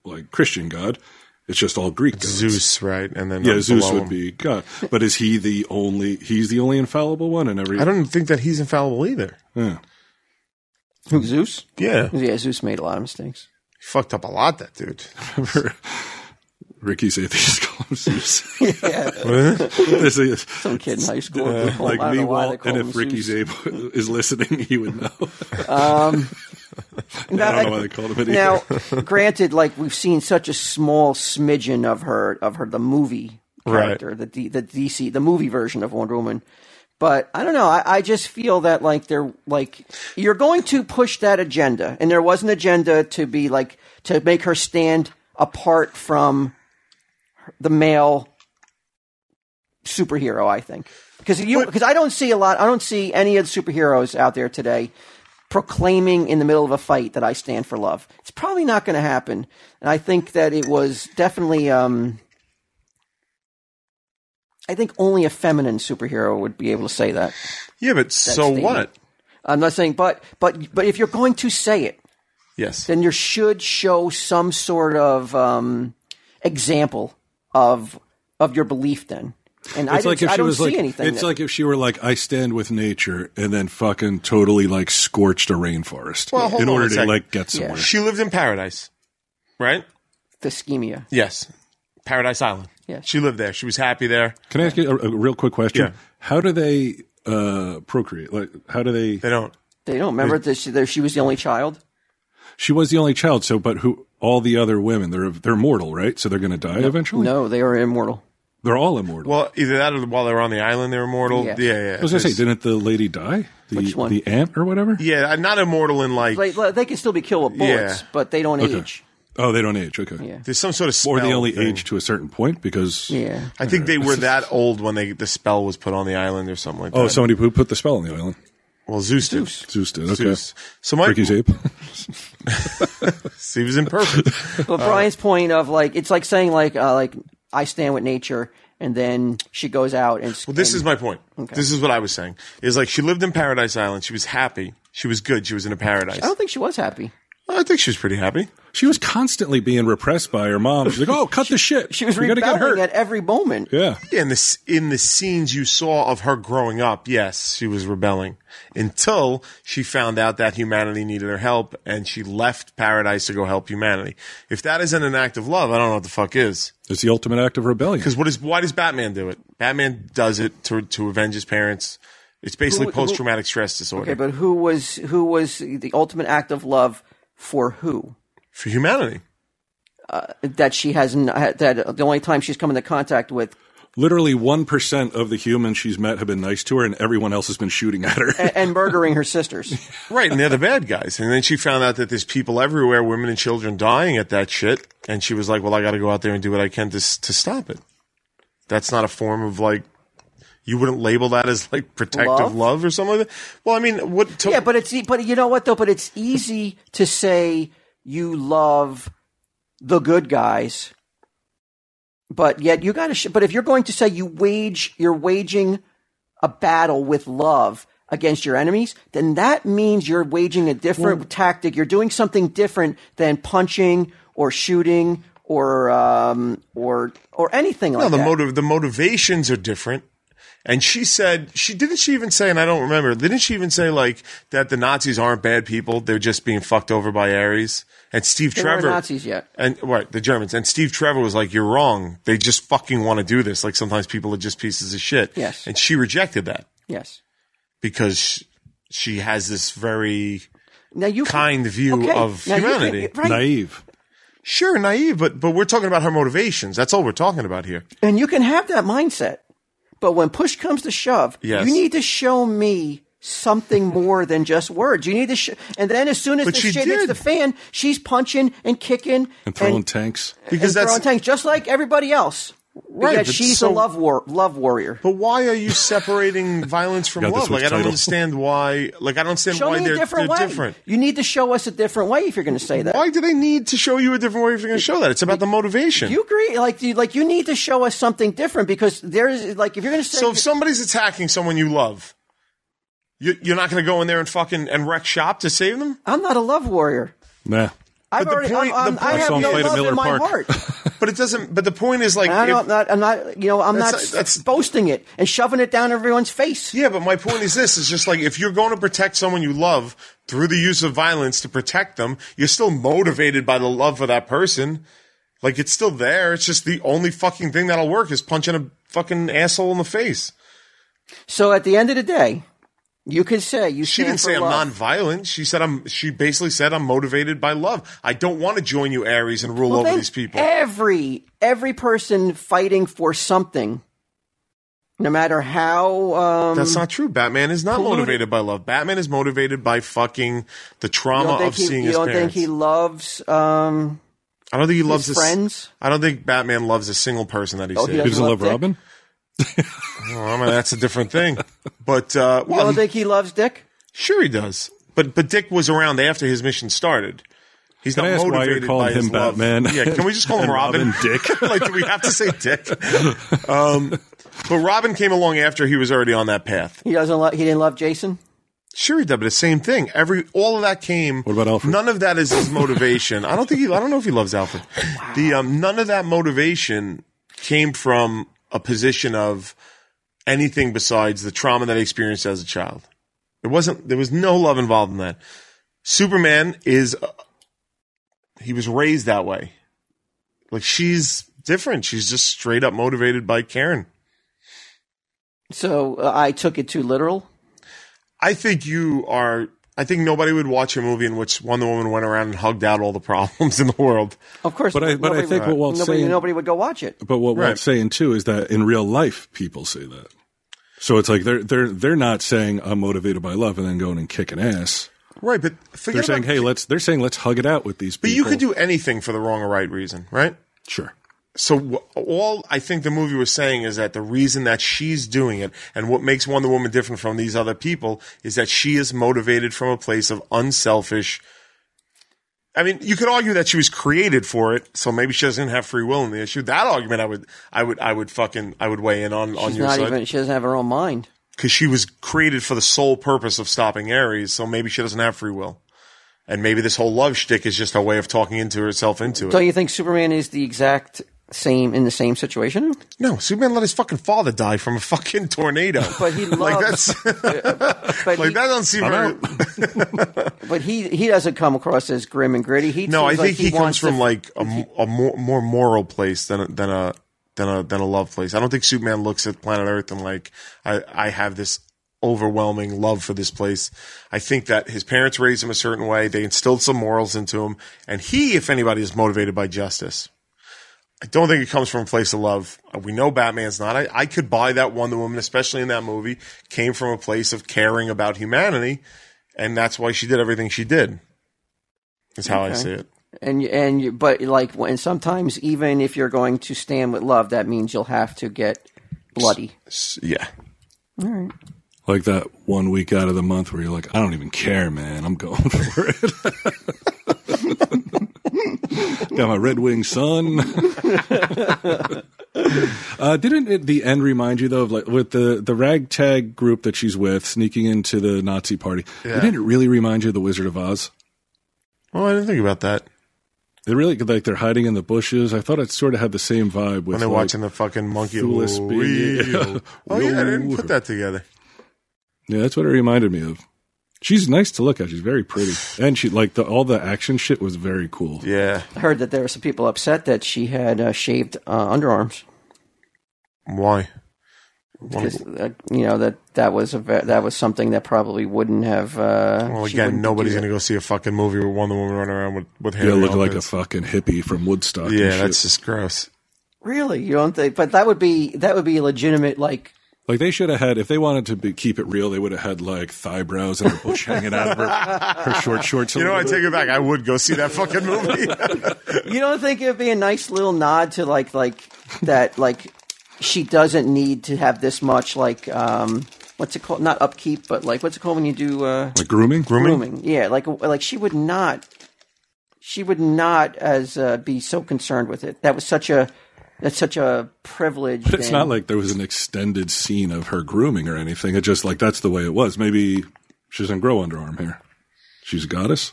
S3: like Christian god. It's just all Greek gods.
S4: Zeus, right? And then
S3: Yeah,
S4: uh,
S3: Zeus
S4: below
S3: would
S4: him.
S3: be god. But is he the only he's the only infallible one in every
S4: I don't think that he's infallible either.
S3: Yeah.
S1: Who Zeus?
S4: Yeah, he
S1: Yeah, Zeus made a lot of mistakes.
S4: fucked up a lot. That dude.
S3: Remember Ricky's atheist call him Zeus.
S1: yeah,
S3: There's a-
S1: some kid in high school. they call him-
S3: like
S1: I don't
S3: me,
S1: know why they
S3: Walt,
S1: call
S3: and
S1: him
S3: if Ricky's
S1: Zeus.
S3: able is listening, he would know.
S1: Now,
S3: I don't know
S1: I-
S3: why they called him an
S1: Now, granted, like we've seen such a small smidgen of her, of her, the movie
S4: Right.
S1: character, the D, the DC, the movie version of Wonder Woman. But I don't know. I, I just feel that like they're like you're going to push that agenda, and there was an agenda to be like to make her stand apart from the male superhero. I think because you because I don't see a lot. I don't see any of the superheroes out there today proclaiming in the middle of a fight that I stand for love. It's probably not going to happen. And I think that it was definitely. Um, I think only a feminine superhero would be able to say that.
S4: Yeah, but so
S1: statement.
S4: what?
S1: I'm not saying, but but but if you're going to say it,
S4: Yes.
S1: then you should show some sort of um, example of of your belief. Then, and I,
S3: It's
S1: didn't-
S3: like if
S1: I
S3: she
S1: don't
S3: was
S1: see
S3: like,
S1: anything.
S3: it's
S1: that-
S3: like if she were like, I stand with nature, and then fucking totally like scorched a rainforest
S4: Well, hold
S3: in
S4: on
S3: order
S4: a
S3: to
S4: second.
S3: like get somewhere.
S4: She lived in paradise, right?
S1: the ischemia.
S4: Yes. Paradise Island.
S1: Yes.
S4: She lived there. She was happy there.
S3: Can I ask you a, a real quick question?
S4: Yeah.
S3: How do they uh, procreate? Like, how do they?
S4: They don't.
S1: They don't remember that she, that she was the only child.
S3: She was the only child, so but who? All the other women, they're they're mortal, right? So they're going to die eventually.
S1: No, they are immortal.
S3: They're all immortal.
S4: Well, either that or while they were on the island, they were mortal.
S1: Yeah.
S4: Yeah, yeah.
S3: I was going to say, didn't the lady die? The,
S1: Which one?
S3: The ant or whatever?
S4: yeah, uh, not immortal in like,
S1: Like, like, they can still be killed with bullets,
S4: Yeah.
S1: but they don't
S3: Okay.
S1: age.
S3: Oh, they don't age. Okay.
S1: Yeah.
S4: there's some sort of spell.
S3: Or they only
S4: thing.
S3: age to a certain point because.
S1: Yeah,
S4: I think they were that old when they the spell was put on the island or something like that.
S3: Oh, somebody who put the spell on the island.
S4: well, Zeus did.
S3: Zeus did. Okay.
S4: Zeus. So my
S3: Ricky's ape.
S4: he was imperfect.
S1: but Brian's point of like it's like saying like uh, like I stand with nature, and then she goes out and
S4: Well, this is my point. This is what I was saying. Is like she lived in Paradise Island. She was happy. She was good. She was in a paradise.
S1: I don't think she was happy.
S4: I think she was pretty happy.
S3: she was constantly being repressed by her mom. She's like, "Oh, cut the shit."
S1: She was
S3: You're gonna get hurt.
S1: rebelling at every moment.
S3: yeah.
S4: Yeah, in the s- in the scenes you saw of her growing up, yes, she was rebelling until she found out that humanity needed her help, and she left paradise to go help humanity. If that isn't an act of love, I don't know what the fuck is.
S3: It's the ultimate act of rebellion.
S4: Because what is why does Batman do it? Batman does it to to avenge his parents. It's basically
S1: Who- who-
S4: post traumatic stress disorder
S1: Okay, but who was who was the ultimate act of love for who?
S4: for humanity.
S1: That she has not, that the only time she's come into contact with,
S3: Literally one percent of the humans she's met have been nice to her, and everyone else has been shooting at her.
S1: and, and murdering her sisters.
S4: Right, and they're the bad guys. And then she found out that there's people everywhere, women and children dying at that shit. And she was like, "Well, I got to go out there and do what I can to s- to stop it." That's not a form of like. You wouldn't label that as like protective
S1: Love?
S4: love, or something like that. Well, I mean, what? To,
S1: yeah, but it's e- but you know what though? But it's easy to say you love the good guys, but yet you got to. Sh- but if you're going to say you wage, you're waging a battle with love against your enemies, then that means you're waging a different tactic. You're doing something different than punching or shooting or um, or or anything like
S4: No, the
S1: that.
S4: motive, the motivations are different. And she said, she didn't she even say, and I don't remember, didn't she even say like that the Nazis aren't bad people? They're just being fucked over by Aries and Steve
S1: They weren't
S4: Trevor.
S1: Nazis yet.
S4: And right, the Germans and Steve Trevor was like, "You're wrong. They just fucking want to do this. Like sometimes people are just pieces of shit."
S1: Yes.
S4: And she rejected that
S1: Yes.
S4: because sh- she has this very
S1: Now you
S4: kind view
S1: Okay.
S4: of
S1: Now you can-
S4: humanity.
S1: right.
S3: Naive.
S4: Sure, naive, but but we're talking about her motivations. That's all we're talking about here.
S1: And you can have that mindset. But when push comes to shove,
S4: Yes.
S1: you need to show me something more than just words. You need to sh- and then as soon as
S4: But
S1: the
S4: she
S1: shit hits
S4: did.
S1: the fan, she's punching and kicking
S3: And throwing
S1: and,
S3: tanks.
S4: Because
S1: and
S4: that's
S1: throwing tanks just like everybody else.
S4: Right,
S1: Because
S4: but
S1: she's
S4: so-
S1: a love war love warrior.
S4: But why are you separating violence from
S3: Got this
S4: love? Like
S3: with
S4: I don't
S3: title.
S4: understand why. Like I don't understand
S1: Show
S4: why
S1: me
S4: they're,
S1: a different
S4: they're
S1: way.
S4: different.
S1: You need to show us a different way if you're going to say that.
S4: Why do they need to show you a different way if you're going to show that? It's about the motivation.
S1: You agree? Like, you, like you need to show us something different because there is like if you're going to say
S4: so if somebody's attacking someone you love, you, you're not going to go in there and fucking and wreck shop to save them.
S1: I'm not a love warrior.
S3: Nah.
S1: I've
S4: the
S1: already,
S4: point-
S1: I'm, I'm,
S4: the
S1: I
S4: point-
S1: have
S4: I saw
S1: no
S4: him
S3: fight at
S1: love in
S3: Miller
S1: my
S3: Park.
S1: heart.
S4: But it doesn't. But the point is like,
S1: I
S4: if-
S1: don't, not, I'm not, you know, I'm not
S4: That's- that's-
S1: boasting it and shoving it down everyone's face.
S4: yeah. But my point is this: is just like if you're going to protect someone you love through the use of violence to protect them, you're still motivated by the love for that person. Like it's still there. It's just the only fucking thing that'll work is punching a fucking asshole in the face.
S1: So at the end of the day, you could say you
S4: She didn't say I'm
S1: non.
S4: nonviolent. She said I'm. She basically said I'm motivated by love. I don't want to join you, Aries, and rule over these people.
S1: Every every person fighting for something, no matter how um,
S4: That's not true. Batman is not
S1: polluted-
S4: motivated by love. Batman is motivated by fucking the
S1: you
S4: trauma
S1: don't, think
S4: of
S1: he,
S4: seeing
S1: you
S4: his
S1: don't think
S4: parents.
S1: he loves um,
S4: I don't think he loves
S1: his
S4: a s-
S1: friends?
S4: I don't think Batman loves a single person that he
S1: Oh,
S4: sees.
S1: he
S3: He doesn't
S1: Love
S3: love
S1: Dick.
S3: Robin.
S4: Well, I mean, that's a different thing. But uh,
S1: You
S4: well,
S1: don't think he loves Dick?
S4: sure he does. But but Dick was around after his mission started. He's
S3: Can I
S4: not
S3: ask why
S4: motivated
S3: you're calling
S4: by his
S3: him
S4: love.
S3: Batman?
S4: Yeah, can we just call him
S3: And
S4: Robin?
S3: Robin Dick.
S4: like, do we have to say Dick? Um, but Robin came along after he was already on that path.
S1: He doesn't. Lo- he didn't love Jason.
S4: Sure, he did, but the same thing. Every all of that came.
S3: What about Alfred?
S4: None of that is his motivation. I don't think he. I don't know if he loves Alfred. The um, none of that motivation came from a position of anything besides the trauma that he experienced as a child. It wasn't. There was no love involved in that. Superman is. uh, he was raised that way. Like she's different. She's just straight up motivated by Karen.
S1: So uh, I took it too literal.
S4: I think you are. I think nobody would watch a movie in which Wonder Woman went around and hugged out all the problems in the world.
S1: Of course,
S3: But I- but I
S1: nobody-
S3: think what Walt's
S1: nobody,
S3: saying-
S1: nobody would go watch it.
S3: But what
S4: Right.
S3: Walt's saying too is that in real life, people say that. So it's like they're they're they're not saying I'm motivated by love and then going and kicking ass.
S4: Right, but
S3: They're
S4: forget
S3: saying,
S4: about-
S3: hey, let's. They're saying let's hug it out with these.
S4: but
S3: people.
S4: you could do anything for the wrong or right reason, right?
S3: sure.
S4: So w- all I think the movie was saying is that the reason that she's doing it and what makes Wonder Woman different from these other people is that she is motivated from a place of unselfish. I mean, you could argue that she was created for it, so maybe she doesn't have free will in the issue. That argument, I would, I would, I would fucking, I would weigh in on on
S1: She's
S4: your
S1: not
S4: side.
S1: even. She doesn't have her own mind.
S4: because she was created for the sole purpose of stopping Ares, so maybe she doesn't have free will. And maybe this whole love shtick is just a way of talking into herself into it.
S1: Don't you think Superman is the exact same in the same situation?
S4: No, Superman let his fucking father die from a fucking tornado.
S1: But he
S4: like
S1: loves.
S4: that's like
S1: but, he,
S4: that doesn't seem very.
S1: but he he doesn't come across as grim and gritty. He
S4: No, I
S1: seems
S4: think
S1: like
S4: he, comes
S1: wants
S4: from
S1: to-
S4: like a, m- a more, more moral place than a, than a than a than a love place. I don't think Superman looks at planet Earth and like I I have this overwhelming love for this place. I think that his parents raised him a certain way. They instilled some morals into him, and he, if anybody, is motivated by justice. I don't think it comes from a place of love. Uh, We know Batman's not. I, I could buy that Wonder Woman, especially in that movie, came from a place of caring about humanity, and that's why she did everything she did. Is how I
S1: Okay.
S4: see it.
S1: and you- and you, but like and sometimes even if you're going to stand with love, that means you'll have to get bloody.
S4: Yeah.
S3: Like that one week out of the month where you're like, I don't even care, man. I'm going for it. Got my Red Wing son. uh, didn't it, the end remind you though of like with the the ragtag group that she's with sneaking into the Nazi party? Didn't it really remind you of the Wizard of Oz?
S4: Well, I didn't think about that
S3: They really like they're hiding in the bushes. I thought it sort of had the same vibe with
S4: when they're
S3: like,
S4: watching the fucking monkey.
S3: Thulis
S4: Ooh,
S3: being-
S4: wee. oh yeah, I didn't put that together.
S3: Yeah, that's what it reminded me of. She's nice to look at. She's very pretty, and she like the all the action shit was very cool.
S4: Yeah.
S1: I heard that there were some people upset that she had uh, shaved uh, underarms
S4: Why?
S1: because uh, you know that that was a ve- that was something that probably wouldn't have. Uh,
S4: Well,
S1: she
S4: again,
S1: wouldn't
S4: nobody's
S1: do
S4: gonna go see a fucking movie with Wonder Woman running around with with hair.
S3: Yeah, look like a fucking hippie from Woodstock. and
S4: Yeah,
S3: shit.
S4: that's just gross.
S1: Really, you don't think? But that would be that would be legitimate. Like
S3: like they should have had if they wanted to be, keep it real, they would have had like thigh brows and her bush hanging out of her, her short shorts. a
S4: You know, I
S3: little
S4: take it back. I would go see that fucking movie.
S1: you don't think it would be a nice little nod to like like that like she doesn't need to have this much like um what's it called? Not upkeep, but like what's it called when you do uh,
S3: bit. like grooming.
S1: grooming? Yeah, like like she would not. She would not as uh, be so concerned with it. That was such a that's such a privilege.
S3: But it's not like there was an extended scene of her grooming or anything. It just like that's the way it was. Maybe she doesn't grow underarm hair. She's a goddess.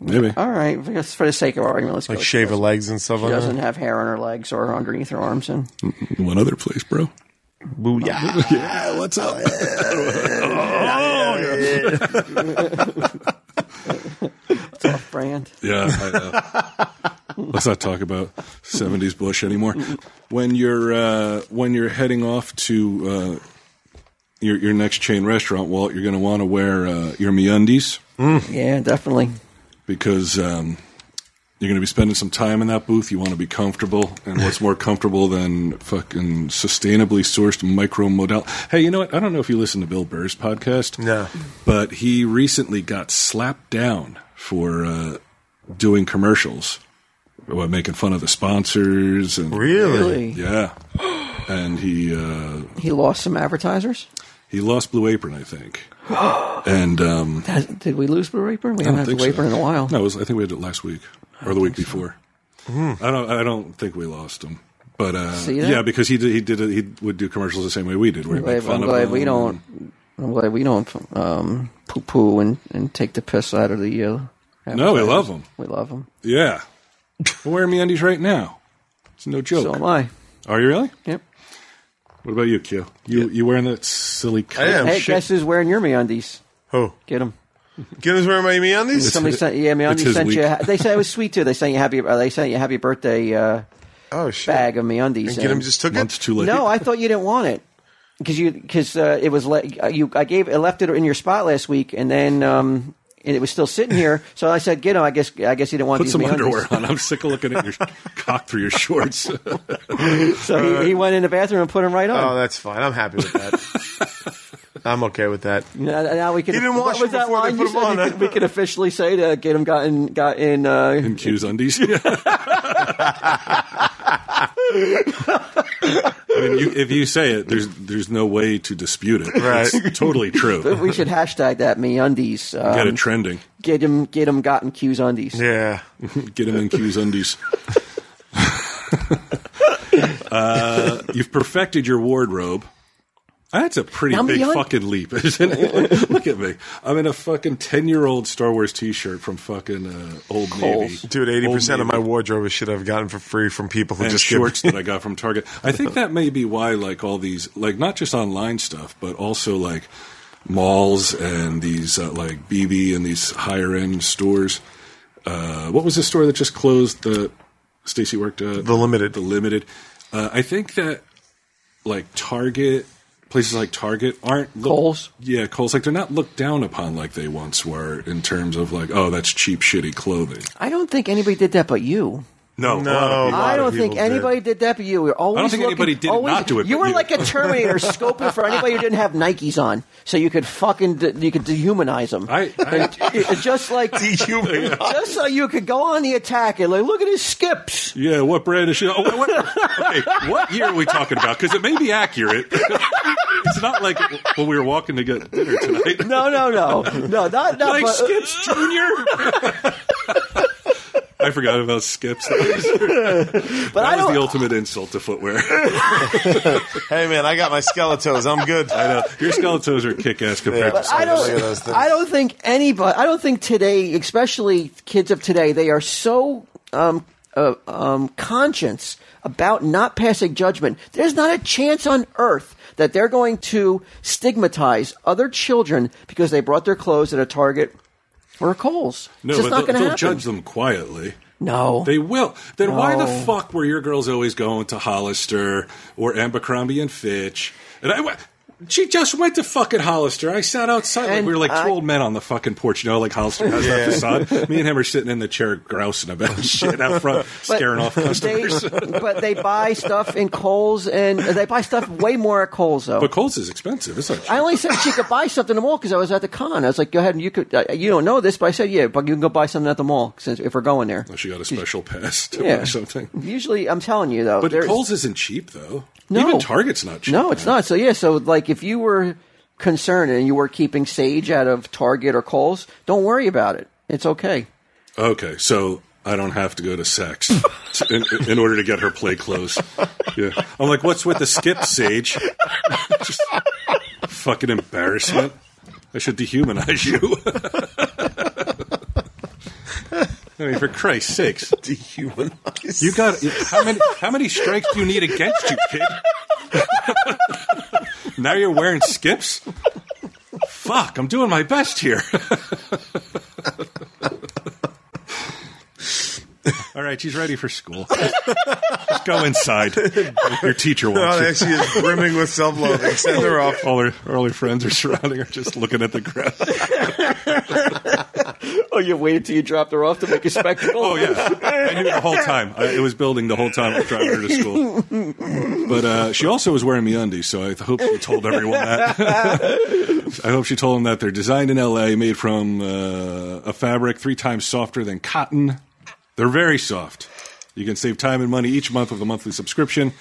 S3: Maybe.
S1: all right. I guess for the sake of argument, let's
S4: like
S1: go.
S4: shave her legs and stuff.
S1: she
S4: like
S1: doesn't
S4: that.
S1: have hair on her legs or underneath her arms, and
S3: One other place, bro.
S4: Booyah.
S3: Yeah, what's up?
S1: it's off brand.
S3: Yeah, I know. Let's not talk about '70s Bush anymore. When you're uh, when you're heading off to uh, your your next chain restaurant, Walt, you're going to want to wear uh, your MeUndies
S1: Yeah, definitely.
S3: because um, you're going to be spending some time in that booth. You want to be comfortable, and what's more comfortable than fucking sustainably sourced micro modal? Hey, you know what? I don't know if you listen to Bill Burr's podcast,
S4: No.
S3: but he recently got slapped down for uh, doing commercials, Well, making fun of the sponsors and
S1: Really?
S4: Really?
S3: yeah. and he uh,
S1: He lost some advertisers.
S3: he lost Blue Apron, I think. And um,
S1: Has- Did we lose Blue Apron? We haven't had
S3: think
S1: Blue Apron
S3: so.
S1: in a while.
S3: No, it was, I think we had it last week or the week before. I don't. I don't think we lost him. But uh,
S1: Hmm. See that?
S3: yeah, because he did, he did it, he would do commercials the same way we did. Where he made
S1: Glad-
S3: fun
S1: I'm
S3: of
S1: glad
S3: them
S1: we
S3: and-
S1: don't. I'm glad we don't um, poo poo and, and take the piss out of the. Uh,
S3: No, we
S1: advertisers.
S3: love them.
S1: We love them.
S3: Yeah, I'm wearing me undies right now. It's no joke.
S1: So am I.
S3: Are you really?
S1: Yep.
S3: What about you, Q? You you wearing that silly? Coat
S4: am.
S3: and
S1: Hey,
S3: shit?
S1: guess who's wearing your MeUndies?
S4: Oh,
S1: Get them.
S4: get us wearing my me on these.
S1: Somebody
S3: his-
S1: sent yeah,
S3: it's
S1: MeUndies
S3: his
S1: sent
S3: week.
S1: you. a- They said it was sweet too. They sent you happy. uh, They sent you happy birthday uh,
S4: Oh shit!
S1: bag of MeUndies.
S4: and get him just took it.
S3: Months too late.
S1: No, I thought you didn't want it because you because uh, it was le- you. I gave I left it in your spot last week, and then um, and it was still sitting here. So I said, "Get him." I guess I guess you didn't want
S3: Put
S1: these
S3: some
S1: MeUndies.
S3: underwear on. I'm sick of looking at your cock through your shorts.
S1: So he, he went in the bathroom and put them right
S4: Oh,
S1: on.
S4: that's fine. I'm happy with that. I'm okay with that.
S1: now, now we can.
S4: He didn't
S1: what
S4: wash
S1: was
S4: them
S1: that
S4: before they
S1: line
S4: put
S1: you
S4: 'em
S1: said?
S4: on,
S1: You
S4: huh?
S1: could- we can officially say to get him gotten got in. Uh,
S3: Q's undies. I mean, you, if you say it, there's there's no way to dispute it.
S4: Right.
S3: It's totally true.
S1: we should hashtag that me undies.
S3: Get it
S1: Um,
S3: trending.
S1: get him get him gotten Q's undies.
S4: Yeah.
S3: Get him in Q's undies. uh, you've perfected your wardrobe. That's a pretty
S1: Now,
S3: big
S1: Leon-
S3: fucking leap, isn't it? Look at me. I'm in a fucking 10 year old Star Wars t shirt from fucking uh, Old
S1: Kohl's.
S3: Navy.
S4: Dude, eighty percent of
S3: Old
S4: my
S3: Navy.
S4: wardrobe is shit I've gotten for free from people who
S3: and
S4: just give-
S3: shorts that I got from Target. I think that may be why, like all these, like not just online stuff, but also like malls and these uh, like BB and these higher end stores. Uh, what was the store that just closed? The Stacy worked at
S4: The Limited.
S3: The Limited. Uh, I think that like Target places like Target aren't look-
S1: Kohl's?
S3: Yeah, Kohl's. Like they're not looked down upon like they once were in terms of like, oh, that's cheap, shitty clothing.
S1: I don't think anybody did that but you.
S3: No,
S4: No. A lot
S1: I
S4: of
S1: don't think
S4: people did.
S1: anybody did. that but you. You're always
S3: I don't think
S1: looking-
S3: anybody did
S1: always-
S3: not do it
S1: You
S3: but
S1: were
S3: you.
S1: like a Terminator scoping for anybody who didn't have Nikes on, so you could fucking de- you could dehumanize them.
S3: I- I-
S1: just like
S4: Dehumanized.
S1: just so you could go on the attack and like look at his skips.
S3: Yeah, what brand is she? Oh, what, okay, what year are we talking about? Because it may be accurate. it's not like when we were walking to get dinner tonight.
S1: No, no, no, no, not not.
S3: like
S1: but,
S3: Skips Junior. I forgot about Skips. That was,
S1: but I
S3: that was
S1: don't.
S3: the ultimate insult to footwear.
S4: Hey man, I got my skeletons. I'm good. I know.
S3: Your skeletons are kick ass compared
S4: Yeah.
S3: to.
S1: I
S4: Look at those
S1: don't.
S4: things.
S1: I don't think anybody. I don't think today, especially kids of today, they are so um, uh, um, conscious about not passing judgment. There's not a chance on earth that they're going to stigmatize other children because they brought their clothes at a Target or a Kohl's.
S3: No,
S1: it's just not
S3: but
S1: going
S3: they'll,
S1: to
S3: they'll
S1: happen.
S3: judge them quietly.
S1: no,
S3: They will. Then why the
S1: No.
S3: fuck were your girls always going to Hollister or Abercrombie and Fitch? And I, wa- she just went to fucking Hollister. I sat outside like
S1: And
S3: we were like two
S1: I-
S3: old men on the fucking porch. You know, like Hollister has that facade. Me and him are sitting in the chair grousing about shit out front, scaring off customers.
S1: They, but they buy stuff in Kohl's, and they buy stuff way more at Kohl's though.
S3: but Kohl's is expensive. It's not cheap.
S1: I only said she could buy something at the mall because I was at the con. I was like, go ahead and you could, uh, you don't know this, but I said, yeah, but you can go buy something at the mall since if we're going there.
S3: she got a special pass to
S1: Yeah.
S3: buy something.
S1: Usually, I'm telling you though,
S3: But
S1: there's-
S3: Kohl's isn't cheap though.
S1: No.
S3: Even Target's not cheap.
S1: no, it's
S3: man.
S1: not. So yeah, so like if you were concerned and you were keeping Sage out of Target or Kohl's, don't worry about it. It's okay.
S3: Okay, so I don't have to go to sex in, in order to get her play clothes. Yeah. I'm like, what's with the skip, Sage? Just fucking embarrassment. I should dehumanize you. I mean, for Christ's sakes,
S4: Dehumanized.
S3: you got how many? How many strikes do you need against you, kid? now you're wearing skips. Fuck! I'm doing my best here. All right, she's ready for school. Just go inside. Your teacher
S4: No,
S3: wants you.
S4: actually, is brimming with self-loathing. Send her off.
S3: All her, all her friends are surrounding her, just looking at the ground.
S1: Oh, you waited till you dropped her off to make a spectacle.
S3: Oh yeah, I knew the whole time. I, it was building the whole time I was driving her to school. But uh, she also was wearing MeUndies, so I hope she told everyone that. I hope she told them that they're designed in L.A., made from uh, a fabric three times softer than cotton. They're very soft. You can save time and money each month with a monthly subscription.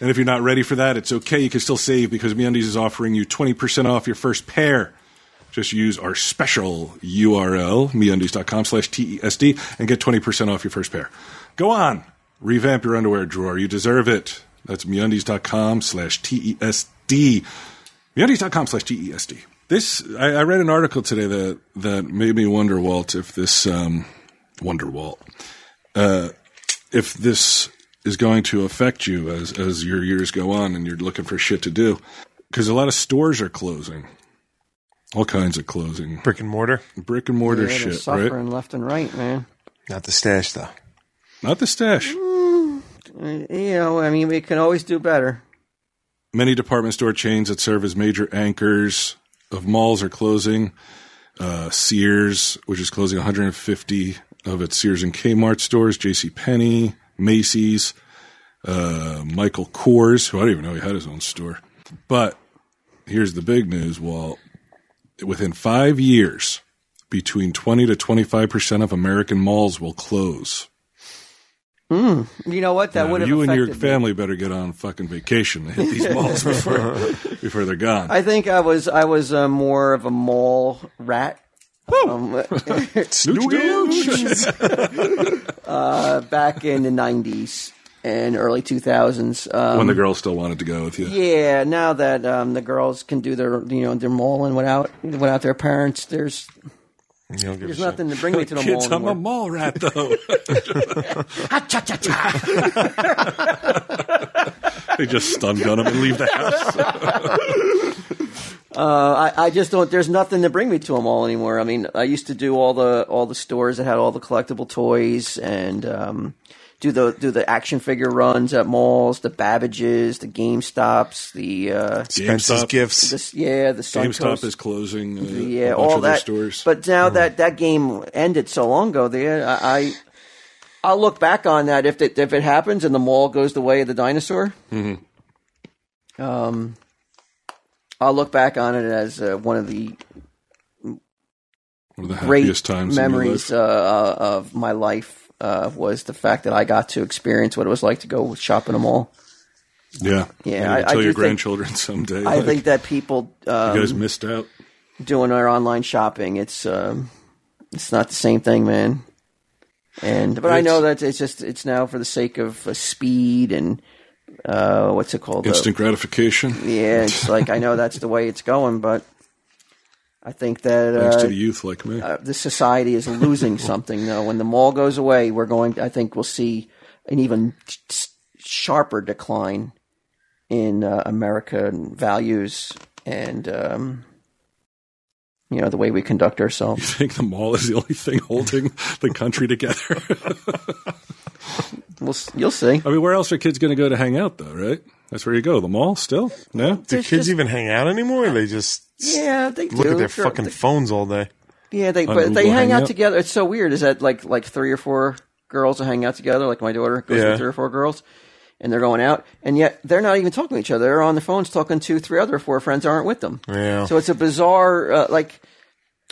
S3: And if you're not ready for that, it's okay. You can still save because MeUndies is offering you 20% off your first pair. Just use our special URL, MeUndies.com slash TESD, and get 20% off your first pair. Go on. Revamp your underwear drawer. You deserve it. That's MeUndies.com slash E TESD. MeUndies.com slash TESD. This, I, I read an article today that, that made me wonder, Walt, if this, um, wonder, Walt, uh, if this is going to affect you as as your years go on and you're looking for shit to do because a lot of stores are closing all kinds of closing
S4: Brick and mortar.
S3: brick and mortar
S1: They're
S3: shit
S1: suffering
S3: right
S1: left and right, man.
S4: Not the stash though.
S3: not the stash
S1: You know, I mean, we can always do better.
S3: many department store chains that serve as major anchors of malls are closing uh, sears which is closing 150 of its sears and kmart stores jc penney macy's uh, michael kors who i don't even know he had his own store but here's the big news walt within five years between 20 to 25% of american malls will close
S1: You know what? That
S3: Now,
S1: would have
S3: you and your
S1: affected me.
S3: family better get on fucking vacation and hit these malls before, before they're gone
S1: I think I was I was uh, more of a mall rat. Um, uh, back in the '90s and early 2000s. Um,
S3: when the girl still wanted to go with you.
S1: Yeah, now that um, the girls can do their you know their mauling without without their parents, there's
S4: You don't give
S1: there's
S4: a shit.
S1: nothing to bring me to the
S3: Kids,
S1: mall
S3: I'm a
S1: anymore.
S3: mall rat though.
S1: Ha, cha, cha, cha.
S3: they just stun gun him and leave the house.
S1: Uh, I, I just don't. There's nothing to bring me to them all anymore. I mean, I used to do all the all the stores that had all the collectible toys and um, do the do the action figure runs at malls, the Babbages, the Game Stops, the uh,
S4: Spencer's
S3: GameStop.
S4: gifts.
S1: this, yeah, the
S3: GameStop
S1: Suncoast.
S3: is closing. Uh,
S1: yeah,
S3: a bunch
S1: all
S3: of their
S1: that.
S3: stores.
S1: But now that that game ended so long ago, there I, I I'll look back on that if it, if it happens and the mall goes the way of the dinosaur. Um,
S3: Mm-hmm.
S1: I'll look back on it as uh, one of the
S3: one of the
S1: great
S3: happiest times
S1: memories
S3: In
S1: uh, uh, of my life uh, was the fact that I got to experience what it was like to go shop in a mall.
S3: your life. Yeah,
S1: Yeah,
S3: You'll
S1: I- I
S3: tell
S1: do
S3: your
S1: think-
S3: grandchildren someday.
S1: I
S3: like,
S1: think that people
S3: you
S1: um,
S3: guys missed out.
S1: doing our online shopping, it's um, it's not the same thing, man. And but I know that it's just it's now for the sake of uh, speed and uh, what's it called? Uh,
S3: Instant gratification.
S1: yeah, it's like I know that's the way it's going, but I think that
S3: Thanks to
S1: uh,
S3: the youth like me.
S1: uh, the society is losing something though. When the mall goes away, we're going. I think we'll see an even s- sharper decline in uh, American values and um, you know the way we conduct
S3: I
S1: ourselves.
S3: think the mall is the only thing holding the country together.
S1: We'll, s- you'll see.
S3: I mean, where else are kids going to go to hang out, though, right? That's where you go. The mall still? No?
S4: Do
S1: There's
S4: kids
S1: just-
S4: even hang out anymore? Or they just
S1: Yeah, they
S4: look
S1: do.
S4: at their
S1: Sure.
S4: fucking phones all day.
S1: Yeah, they
S3: On
S1: but they
S3: Google
S1: hang out
S3: Hangout?
S1: together. It's so weird. Is that like like three or four girls that hang out together? Like my daughter goes
S4: Yeah.
S1: with three or four girls, and they're going out, and yet they're not even talking to each other. They're on the phones talking to three other four friends that aren't with them.
S4: Yeah.
S1: So it's a bizarre uh, like.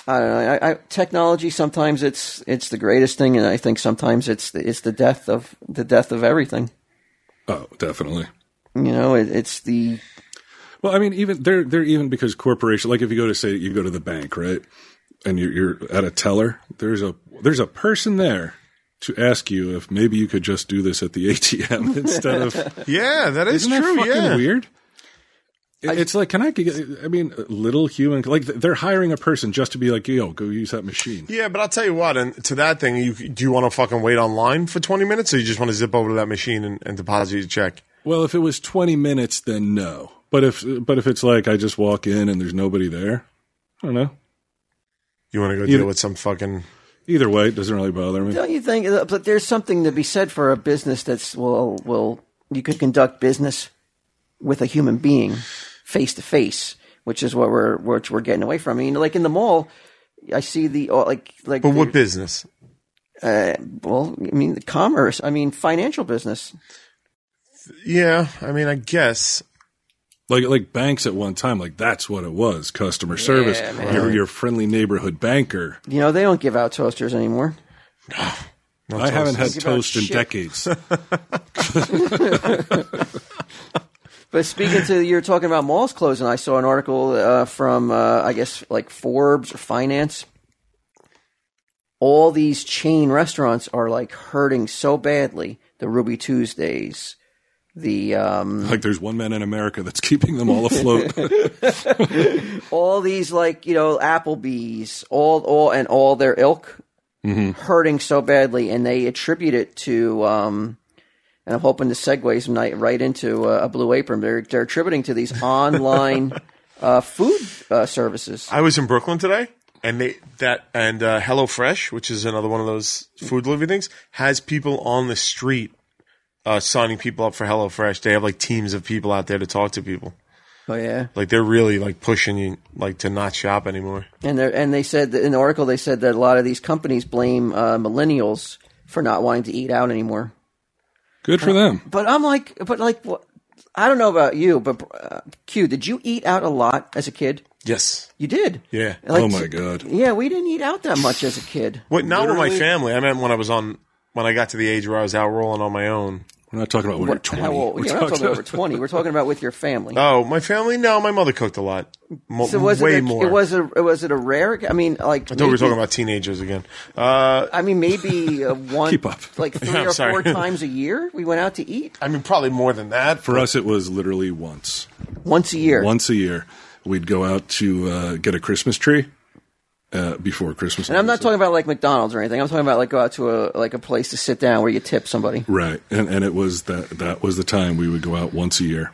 S1: I don't know. I, I, technology sometimes it's it's the greatest thing, and I think sometimes it's the, it's the death of the death of everything.
S3: Oh, definitely.
S1: You know, it, it's the
S3: Well, I mean, even they're they're even because corporation. Like if you go to say you go to the bank, right, and you're, you're at a teller, there's a there's a person there to ask you if maybe you could just do this at the ATM instead of.
S4: Yeah, that is
S3: Isn't that
S4: true.
S3: fucking
S4: yeah.
S3: weird? It- it's like, can I? get I mean, little human. Like they're hiring a person just to be like, yo, go use that machine.
S4: Yeah, but I'll tell you what. And to that thing, you do you want to fucking wait online for twenty minutes, or you just want to zip over to that machine and, and deposit your check?
S3: Well, if it was twenty minutes, then no. But if but if it's like I just walk in and there's nobody there, I don't know.
S4: You want to go
S3: know-
S4: deal with some fucking
S3: Either way, it doesn't really bother me.
S1: Don't you think? uh, But there's something to be said for a business that's will will you could conduct business with a human being face to face, which is what we're which we're getting away from. I mean, like in the mall, I see the uh, like like.
S4: but what
S1: the-
S4: business?
S1: well, I mean, the commerce. I mean, financial business.
S4: Yeah, I mean, I guess
S3: like like banks at one time like that's what it was customer service your, your friendly neighborhood banker
S1: You know, they don't give out toasters anymore.
S3: i haven't had
S1: Think about
S3: toast in
S1: shit.
S3: decades
S1: But speaking to you're talking about malls closing, I saw an article uh, from uh, I guess like Forbes or Finance. All these chain restaurants are like hurting so badly. The Ruby Tuesdays, the um,
S3: Like there's one man in America that's keeping them all afloat.
S1: all these like you know Applebee's, all all and all their ilk hurting so badly, and they attribute it to. Um, and I'm hoping to segue some night right into uh, a blue apron. They're they're attributing to these online uh, food uh, services.
S4: I was in Brooklyn today, and they that and uh, HelloFresh, which is another one of those food delivery things, has people on the street uh, signing people up for HelloFresh. They have like teams of people out there to talk to people.
S1: Oh yeah,
S4: Like they're really like pushing you like to not shop anymore.
S1: and they and they said that in the article they said that a lot of these companies blame uh, millennials for not wanting to eat out anymore.
S3: Good for them.
S1: But I'm like, but like, what? I don't know about you, but uh, Q, did you eat out a lot as a kid?
S4: Yes.
S1: You did.
S4: Yeah.
S1: Like,
S3: oh my god.
S1: Yeah, we didn't eat out that much as a kid.
S4: Wait, not with my family. I meant when I was on when I got to the age where I was out rolling on my own.
S3: We're not talking about when you're 20.
S1: How old?
S3: We're
S1: We're, yeah, we're not talking about over twenty. We're talking about with your family.
S4: Oh, my family? No, my mother cooked a lot. Mo-
S1: so was
S4: way
S1: it? A,
S4: more.
S1: It was a. Was it a rare? I mean, like.
S4: I thought we were talking about teenagers again. Uh,
S1: I mean, maybe uh, one.
S3: Keep up.
S1: Like three
S4: Yeah, I'm
S1: or
S4: sorry.
S1: four times a year, we went out to eat
S4: I mean, probably more than that.
S3: For us, it was literally once.
S1: once a year.
S3: Once a year, we'd go out to uh, get a Christmas tree uh, before Christmas.
S1: And I'm not talking about like McDonald's or anything. I'm talking about like go out to a like a place to sit down where you tip somebody.
S3: Right, and and it was that that was the time we would go out once a year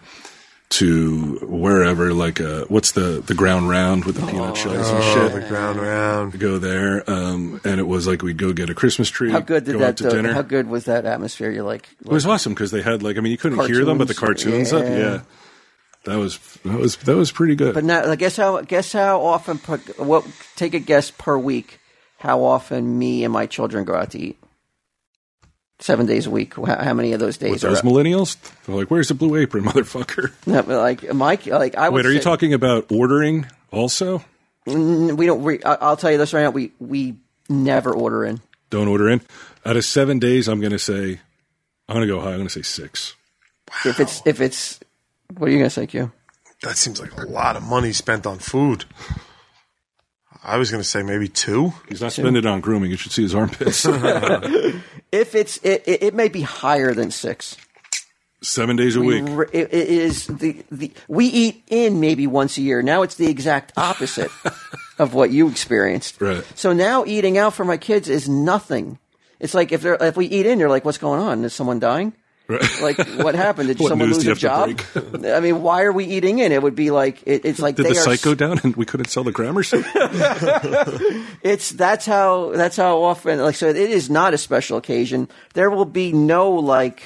S3: to wherever, like uh what's the the ground round with the peanut shells and
S4: Oh,
S3: shit.
S4: the ground round.
S3: Go there, um, and it was like we'd go get a Christmas tree.
S1: How good did
S3: go
S1: that?
S3: out to
S1: though-
S3: dinner.
S1: How good was that atmosphere? You're like,
S3: It was awesome because they had like I mean you couldn't hear them, but the
S1: Cartoons,
S3: cartoons up,
S1: yeah.
S3: yeah. That was that was that was pretty good.
S1: but now guess how guess how often per, what take a guess per week how often me and my children go out to eat. Seven days a week. How, how many of those days
S3: Those
S1: are
S3: millennials, they're like, "Where's the blue apron, motherfucker?"
S1: No, but, like Mike? Like I would
S3: Wait, are you
S1: say-
S3: talking about ordering also?
S1: We don't. We, I- I'll tell you this right now. We we never order in.
S3: Don't order in. Out of seven days, I'm going to say, I'm going to go high. I'm going to say six.
S1: If it's if it's what are you gonna say, Q?
S4: That seems like a lot of money spent on food. I was going to say maybe two.
S3: He's not spending it on grooming. You should see his armpits.
S1: If it's it, it, it may be higher than six.
S3: seven days a
S1: We
S3: week.
S1: re- it, it is the, the we eat in maybe once a year. Now it's the exact opposite of what you experienced.
S3: Right.
S1: So now eating out for my kids is nothing. It's like if they're if we eat in, you're like, what's going on? Is someone dying?
S3: Right.
S1: Like what happened? Did
S3: What
S1: someone
S3: news
S1: lose
S3: do
S1: a
S3: you have
S1: job?
S3: to
S1: I mean, why are we eating in? It would be like it, it's like
S3: Did
S1: they
S3: the
S1: are
S3: site go down and we couldn't sell the grammar? suit?
S1: it's that's how that's how often like so it is not a special occasion there will be no like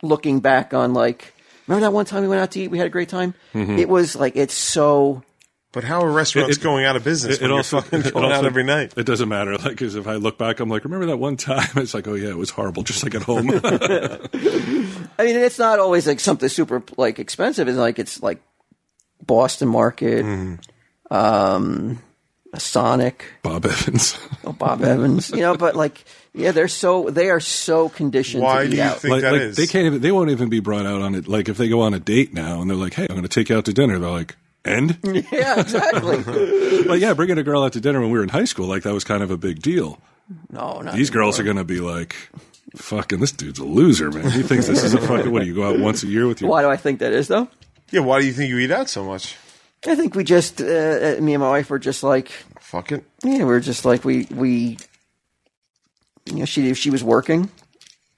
S1: looking back on like remember that one time we went out to eat we had a great time
S4: Mm-hmm.
S1: it was like it's so
S4: But how are restaurants
S3: It- it-
S4: going out of business when you're fucking
S3: it
S4: going out
S3: also-
S4: every night?
S3: It doesn't matter. Like, 'cause if I look back, I'm like, remember that one time? It's like, oh yeah, it was horrible. Just like at home.
S1: i mean it's not always like something super like expensive it's like it's like boston market um
S4: Mm-hmm.
S1: sonic
S3: Bob Evans.
S1: oh, bob evans you know but like yeah they're so they are so conditioned
S4: Why
S1: to
S4: do
S1: eat
S4: you
S1: out
S4: think- that is.
S3: They can't. Even, they won't even be brought out on it. Like if they go on a date now and they're like, "Hey, I'm going to take you out to dinner," they're like, "And?"
S1: yeah exactly
S3: like, yeah, bringing a girl out to dinner when we were in high school, like that was kind of a big deal.
S1: no not
S3: These girls are going to be like, "Fucking, this dude's a loser, man. He thinks this is a fucking. What do you go out once a year with your
S1: why do i think that is though
S4: Yeah, why do you think you eat out so much?
S1: I think we just, uh, uh, me and my wife were just like,
S4: Fuck it.
S1: yeah, we were just like, we, we, you know, she, she was working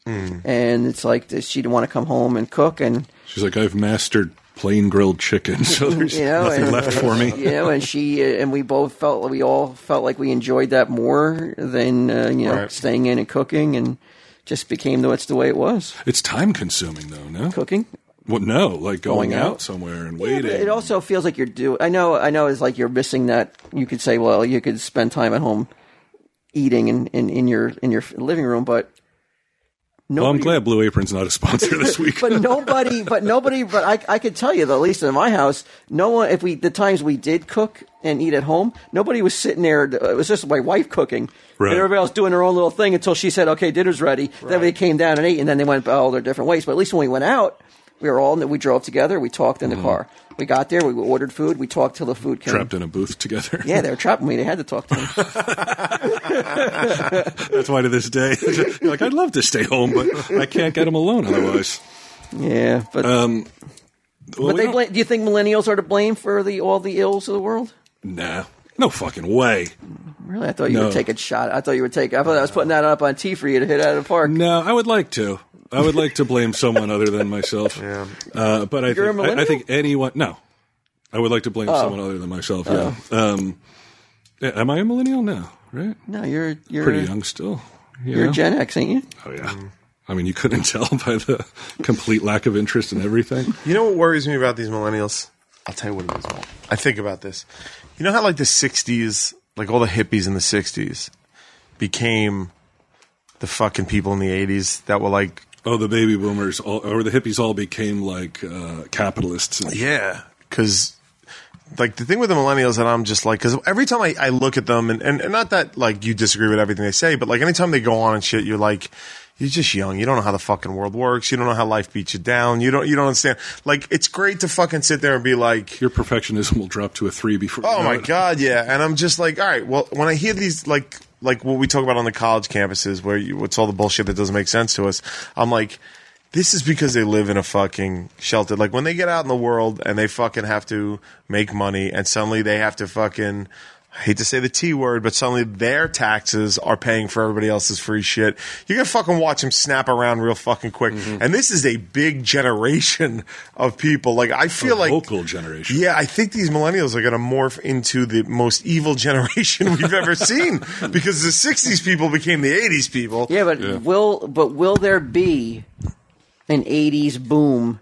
S1: and it's like, this- she didn't want to come home and cook and,
S3: She's like, "I've mastered plain grilled chicken, so there's
S1: you know,
S3: nothing
S1: and,
S3: left for me."
S1: you know, and she, uh, and we both felt, we all felt like we enjoyed that more than, uh, you know,
S4: Right.
S1: staying in and cooking and just became the, that's the way it was
S3: It's time consuming, though. No,
S1: cooking.
S3: well, no, like going,
S1: Going
S3: out,
S1: out?
S3: somewhere and
S1: Yeah,
S3: waiting.
S1: but It also feels like you're do. I know. I know. It's like you're missing that. You could say, well, you could spend time at home eating in, in, in your in your living room, but
S3: well, I'm
S1: nobody.
S3: glad Blue Apron's not a sponsor this week.
S1: but nobody. But nobody. But I I could tell you that at least in my house, no one. If we the times we did cook and eat at home, nobody was sitting there. It was just my wife cooking.
S3: Right.
S1: And everybody else doing their own little thing until she said, "Okay, dinner's ready." Then we came down and ate, and then they went all their different ways. But at least when we went out, We were all in the, we drove together. We talked in the car. We got there. We ordered food. We talked till the food came.
S3: Mm-hmm. trapped in a booth together.
S1: Yeah, they were trapping me. They had to talk to me.
S3: That's why to this day, you're like I'd love to stay home, but I can't get them alone otherwise.
S1: yeah, but
S3: Um,
S1: but
S3: Well, we
S1: they
S3: don't-
S1: blame, do you think millennials are to blame for the all the ills of the world?
S3: Nah, no fucking way.
S1: Really, I thought you
S3: No.
S1: were taking shot. I thought you were taking. I thought I was putting that up on T for you to hit out of the park.
S3: No, I would like to. I would like to blame someone other than myself. Yeah. Uh, but I
S1: You're a
S3: think, I, I
S1: millennial? Oh.
S3: think anyone. No, I would like to blame someone other than myself. Yeah. Um, yeah, am I a millennial? No, right?
S1: No, you're you're
S3: Pretty young still. you
S1: you're
S3: know?
S1: Gen X, ain't you?
S3: Oh yeah. I mean, you couldn't tell by the complete lack of interest in everything.
S4: You know what worries me about these millennials? I'll tell you what it is. Mark. I think about this. You know how like the '60s, like all the hippies in the '60s, became the fucking people in the '80s that were like,
S3: Oh, the baby boomers all, or the hippies all became like uh, capitalists. And,
S4: yeah, because like the thing with the millennials that I'm just like, because every time I, I look at them, and, and and not that like you disagree with everything they say, but like anytime they go on and shit, you're like. You're just young. You don't know how the fucking world works. You don't know how life beats you down. You don't. You don't understand. Like it's great to fucking sit there and be like,
S3: Your perfectionism will drop to a three before. you
S4: Oh
S3: know
S4: my
S3: it.
S4: god, yeah. And I'm just like, all right. Well, when I hear these, like, like what we talk about on the college campuses, where you, it's all the bullshit that doesn't make sense to us, I'm like, this is because they live in a fucking shelter. Like when they get out in the world and they fucking have to make money, and suddenly they have to fucking. I hate to say the T word, but suddenly their taxes are paying for everybody else's free shit. You're gonna fucking watch them snap around real fucking quick. And this is a big generation of people. Like I feel like
S3: vocal generation.
S4: yeah, I think these millennials are going to morph into the most evil generation we've ever seen because the '60s people became the '80s people.
S1: Yeah, but
S3: Yeah.
S1: will but will there be an '80s boom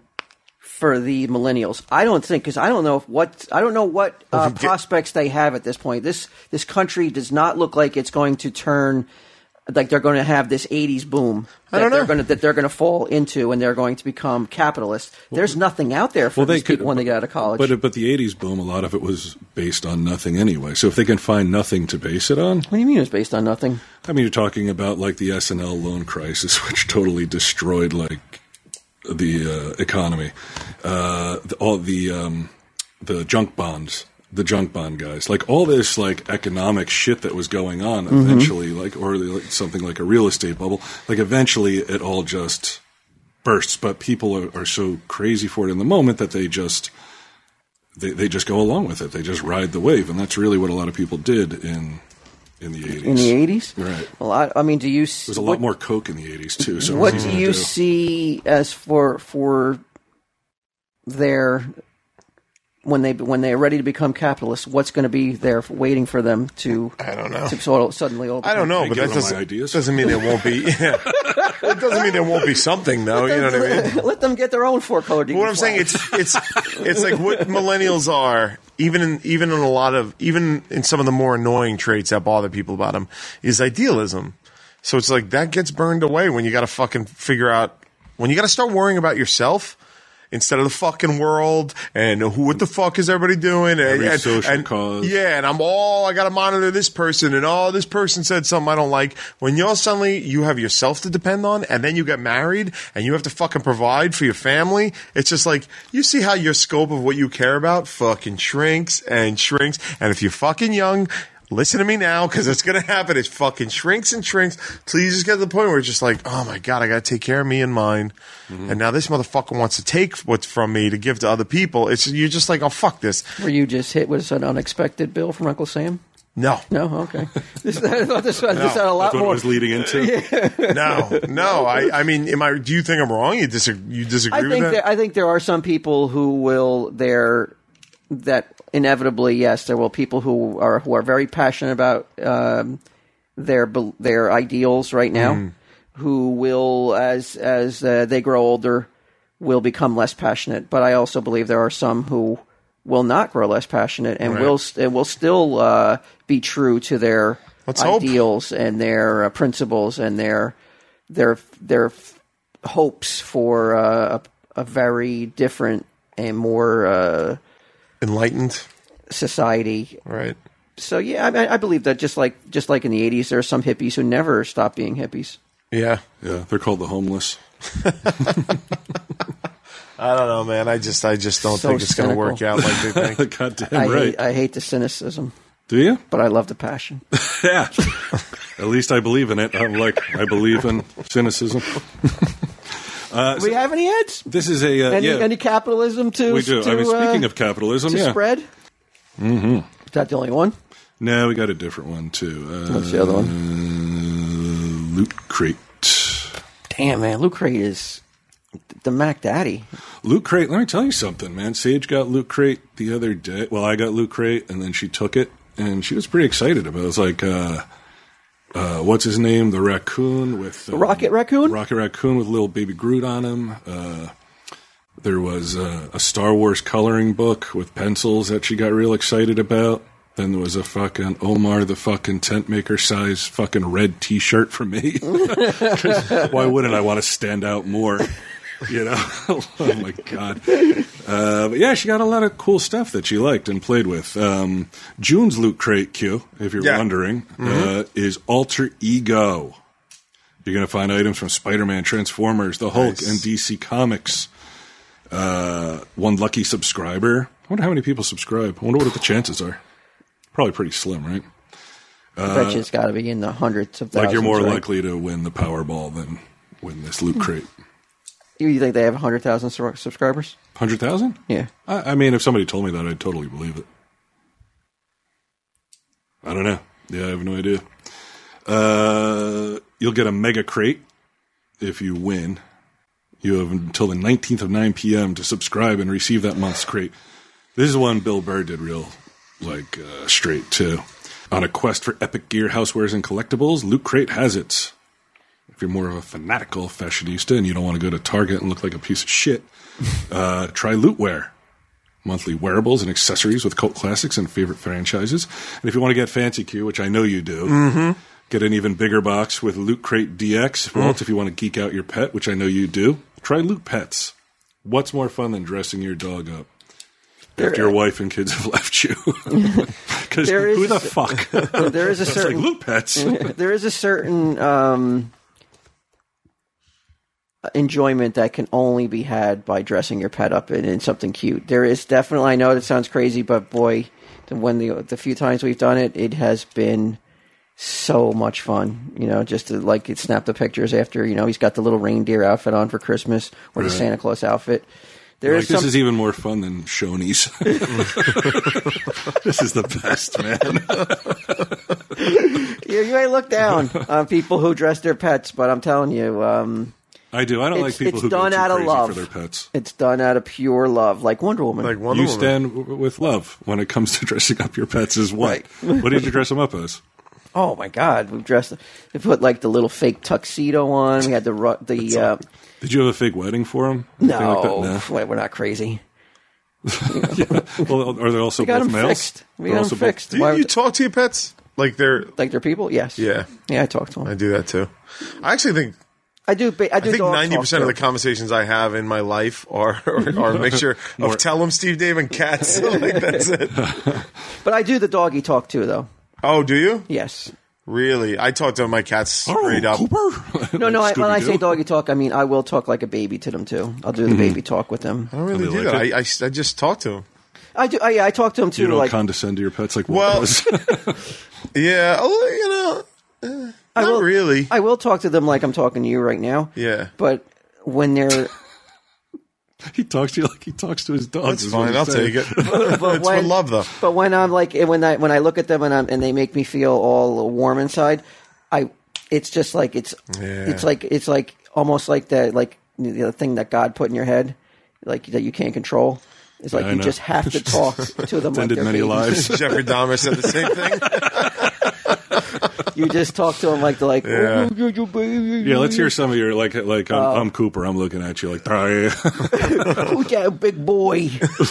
S1: for the millennials? I don't think because I don't know if what I don't know what uh,
S4: you get-
S1: prospects they have at this point. This this country does not look like it's going to turn like they're going to have this '80s boom that
S4: don't
S1: they're
S4: know.
S1: going to that they're going to fall into and they're going to become capitalists. There's nothing out there for
S3: Well, they
S1: these
S3: could-
S1: people when they get out of college.
S3: But but the '80s boom, a lot of it was based on nothing anyway. So if they can find nothing to base it on,
S1: what do you mean it's based on nothing?
S3: I mean, you're talking about like the SNL loan crisis, which totally destroyed like the uh, economy. Uh, the, all the um, the junk bonds, the junk bond guys, like all this like economic shit that was going on.
S1: Mm-hmm.
S3: Eventually, like or like, something like a real estate bubble. Like eventually, it all just bursts. But people are, are so crazy for it in the moment that they just they, they just go along with it. They just ride the wave, and that's really what a lot of people did in in the eighties.
S1: In the '80s,
S3: Right.
S1: Well, I, I mean, do you?
S3: There was a lot more coke in the 80s too. So it
S1: What
S3: was
S1: do
S3: easy to
S1: you see as for for their when they when they are ready to become capitalists? What's going to be there for- waiting for them to
S4: I don't know.
S1: to sort of suddenly?
S4: I don't know,
S3: I
S4: but
S3: give
S4: that
S3: them my
S4: doesn't,
S3: ideas.
S4: doesn't mean there won't be. Yeah. it doesn't mean there won't be something though. You know what I mean?
S1: Let them get their own four color.
S4: But what I'm saying it's it's it's like what millennials are even in even in a lot of even in some of the more annoying traits that bother people about them is idealism. So it's like that gets burned away when you got to fucking figure out when you got to start worrying about yourself instead of the fucking world and who what the fuck is everybody doing and,
S3: Every
S4: and-
S3: social
S4: and-
S3: cause.
S4: yeah and I'm all I got to monitor this person and oh this person said something I don't like when you all suddenly you have yourself to depend on and then you get married and you have to fucking provide for your family it's just like you see how your scope of what you care about fucking shrinks and shrinks and if you're fucking young listen to me now because it's going to happen. It fucking shrinks and shrinks till you just get to the point where it's just like, oh my God, I got to take care of me and mine.
S3: Mm-hmm.
S4: And now this motherfucker wants to take what's from me to give to other people. It's You're just like, oh, fuck this.
S1: were you just hit with an unexpected bill from Uncle Sam?
S4: No,
S1: No, okay. This, I thought this, this had a lot
S3: That's what it
S1: more.
S3: was leading into.
S4: no, no. I, I mean, am I, do you think I'm wrong? You disagree, you disagree
S1: I
S4: with
S1: think
S4: that?
S1: there, I think there are some people who will there that inevitably yes there will people who are who are very passionate about um, their bel- their ideals right now
S4: Mm.
S1: who will as as uh, they grow older will become less passionate but I also believe there are some who will not grow less passionate and will st- and will still uh, be true to their
S4: Let's hope.
S1: ideals and their uh, principles and their their their f- hopes for uh, a, a very different and more uh,
S4: Enlightened.
S1: society.
S4: Right.
S1: So yeah, I, mean, I believe that just like just like in the '80s, there are some hippies who never stop being hippies.
S4: Yeah.
S3: Yeah, they're called the homeless.
S4: I don't know, man. I just, I just don't
S1: So
S4: think it's going to
S1: cynical.
S4: work out like they think.
S3: God
S1: I,
S3: damn right.
S1: hate, I hate the cynicism,
S3: Do you?
S1: but I love the passion.
S3: Yeah. At least I believe in it. I'm like I believe in cynicism.
S1: Do we have any ads?
S3: This is a uh,
S1: Any,
S3: yeah.
S1: any capitalism to
S3: we do.
S1: To,
S3: I mean,
S1: uh,
S3: speaking of capitalism,
S1: to
S3: yeah.
S1: spread. Mm-hmm. Is that the only one?
S3: No, we got a different one too. Uh,
S1: What's the other
S3: one? Loot Crate.
S1: Damn man, Luke Crate is the Mac Daddy.
S3: Loot Crate. Let me tell you something, man. Sage got Loot Crate the other day. Well, I got Loot Crate, and then she took it, and she was pretty excited about. it. It was like, uh, uh, what's his name? The raccoon with um,
S1: Rocket Raccoon?
S3: Rocket Raccoon with little baby Groot on him. Uh, there was uh, a Star Wars coloring book with pencils that she got real excited about. Then there was a fucking Omar the fucking tent maker size fucking red t shirt for me. Why wouldn't I want to stand out more? You know? oh my God. Uh, but yeah, she got a lot of cool stuff that she liked and played with. Um, June's Loot Crate Q, if you're
S4: Yeah.
S3: wondering, uh, is Alter Ego. You're going to find items from Spider Man, Transformers, The Hulk,
S4: Nice.
S3: and DC Comics. Uh, one lucky subscriber. I wonder how many people subscribe. I wonder what the chances are. Probably pretty slim, right?
S1: I bet you it's got to be in the hundreds of thousands.
S3: Uh, Like you're more
S1: right?
S3: likely to win the Powerball than win this loot crate.
S1: You think they have hundred thousand subscribers?
S3: 100,000?
S1: Yeah.
S3: I, I mean, if somebody told me that, I'd totally believe it. I don't know. Yeah, I have no idea. Uh, you'll get a mega crate if you win. You have until the 19th of 9 p.m. to subscribe and receive that month's crate. This is one Bill Burr did real, like, uh, straight too. On a quest for epic gear, housewares, and collectibles, Loot Crate has it. If you're more of a fanatical fashionista and you don't want to go to Target and look like a piece of shit, uh, try Lootware. Monthly wearables and accessories with cult classics and favorite franchises. And if you want to get Fancy Q, which I know you do,
S1: Mm-hmm.
S3: get an even bigger box with Loot Crate
S1: Mm.
S3: DX. Walt, if you want to geek out your pet, which I know you do, try Loot Pets. What's more fun than dressing your dog up after your wife and kids have left you? Because
S1: There is
S3: who
S1: a
S3: the
S1: s-
S3: fuck?
S1: But there is a
S3: it's like
S1: certain
S3: Loot Pets.
S1: there is a certain um, enjoyment that can only be had by dressing your pet up in, in something cute. There is definitely. I know that sounds crazy, but boy, the- when the the few times we've done it, it has been so much fun. You know, just to like snap the pictures after. You know, he's got the little reindeer outfit on for Christmas or the
S3: Right.
S1: Santa Claus outfit. There
S3: Like,
S1: is some,
S3: this is even more fun than Shoney's. this is the best, man.
S1: you, you may look down on people who dress their pets, but I'm telling you, um,
S3: I do. I don't
S1: It's-
S3: like people
S1: it's
S3: who
S1: done
S3: go too
S1: out of
S3: crazy
S1: love.
S3: for their pets.
S1: it's done out of pure love, like Wonder Woman.
S4: Like one
S3: you
S4: of them.
S3: stand w- with love when it comes to dressing up your pets as what? what did you dress them up as?
S1: Oh my God! We dressed. We put like the little fake tuxedo on. We had the ru- the uh,
S3: Did you have a fake wedding for them?
S1: no, wait, we're not crazy.
S3: Well, are they also
S1: We got them
S3: both males?
S1: fixed. We
S3: They're
S1: got
S3: also
S1: them
S3: both-
S1: fixed.
S4: Do you,
S1: Why
S4: you
S1: would-
S4: talk to your pets? Like they're,
S1: like they're people? Yes.
S4: yeah,
S1: Yeah, I talk to them.
S4: I do that too. I actually think
S1: I do. ba- I do.
S4: I think
S1: dog
S4: ninety percent of the
S1: talk,
S4: conversations I have in my life are are, a mixture of tell them Steve, Dave, and cats. like that's it.
S1: too. but I do the doggy talk too, though.
S4: Oh, do you
S1: Yes.
S4: really? I talk to my cats straight
S3: Oh,
S4: up.
S3: Cooper.
S1: No, no. I, when I say
S3: Scooby-Doo.
S1: doggy talk, I mean I will talk like a baby to them too. I'll do the
S4: Mm-hmm.
S1: baby talk with them.
S4: I don't really
S3: And they
S4: do
S3: like
S4: that. I, I s- I just talk to them.
S1: I do. I, yeah, I talk to them too.
S3: you don't
S1: like
S3: condescend to your pets like
S4: Well-
S3: well, was.
S4: Yeah, I'll, you know, uh, not
S1: will-
S4: really.
S1: I will talk to them like I'm talking to you right now.
S4: Yeah.
S1: But when they're
S3: he talks to you like he talks to his dogs.
S4: That's
S3: is what
S4: fine.
S3: he's
S4: I'll
S3: saying.
S4: take it. it's for
S1: when-
S4: love, though.
S1: But when I'm like when I when I look at them and I'm and they make me feel all warm inside, I it's just like it's
S4: Yeah.
S1: it's like it's like almost like that like you know, the thing that God put in your head, like that you can't control. It's like
S3: I
S1: you
S3: know.
S1: just have to talk to them. like
S3: Ended
S1: they're
S3: many
S1: babies.
S3: lives.
S4: Jeffrey Dahmer said the same thing.
S1: You just talk to them like they're like.
S4: Yeah.
S1: "Oh, you're- you're baby."
S3: Yeah, let's hear some of your like like
S1: Oh.
S3: I'm, I'm Cooper. I'm looking at you like "Ah, yeah."
S1: Look at that big boy.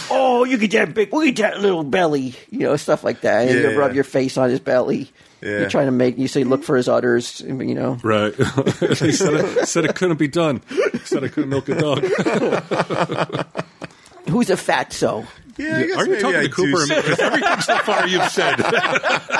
S1: oh, you get that big. Look at that little belly. You know, stuff like that. And
S4: Yeah.
S1: you rub your face on his belly.
S4: Yeah.
S1: You're trying to make. You say, look for his udders. You know.
S3: right. he said it, said it couldn't be done. said I couldn't milk a dog.
S1: Who's a fatso?
S4: Yeah, I guess
S3: Are you
S4: maybe
S3: talking
S4: I
S3: to
S4: do
S3: Cooper?
S4: say-
S3: Because everything so far you've said,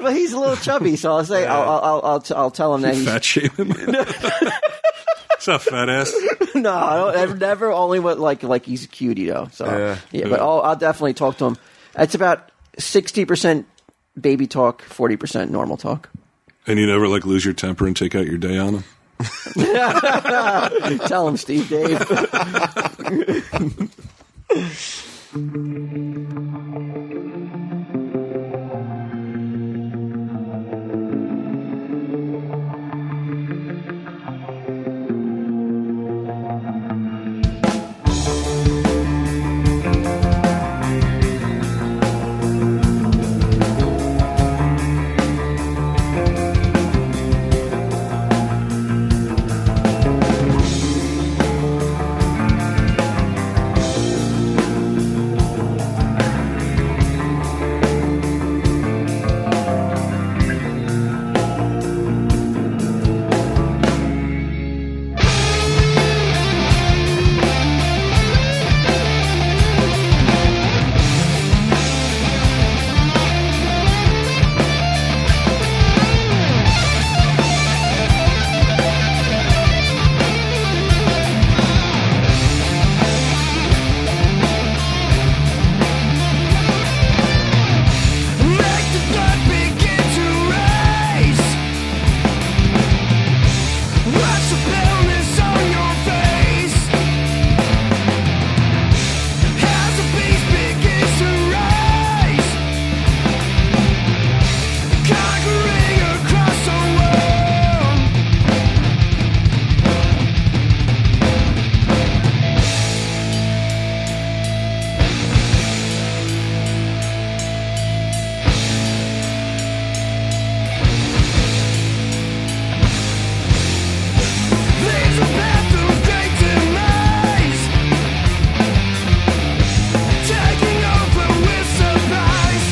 S1: Well, he's a little chubby, so I'll say I'll I'll I'll, I'll, t- I'll tell him that he's
S3: fat shaming. What's up, fat ass?
S1: no, I don't, I've never. Only what like like he's a cutie though. So
S4: Yeah.
S1: yeah, but I'll, I'll definitely talk to him. It's about sixty percent baby talk, forty percent normal talk.
S3: And you never like lose your temper and take out your day on him.
S1: Tell him, Steve, Dave.
S5: Make the blood begin to race. Watch the paleness on your face as the beast begins to rise, conquering across the world. Leads a path of great demise, taking over with surprise.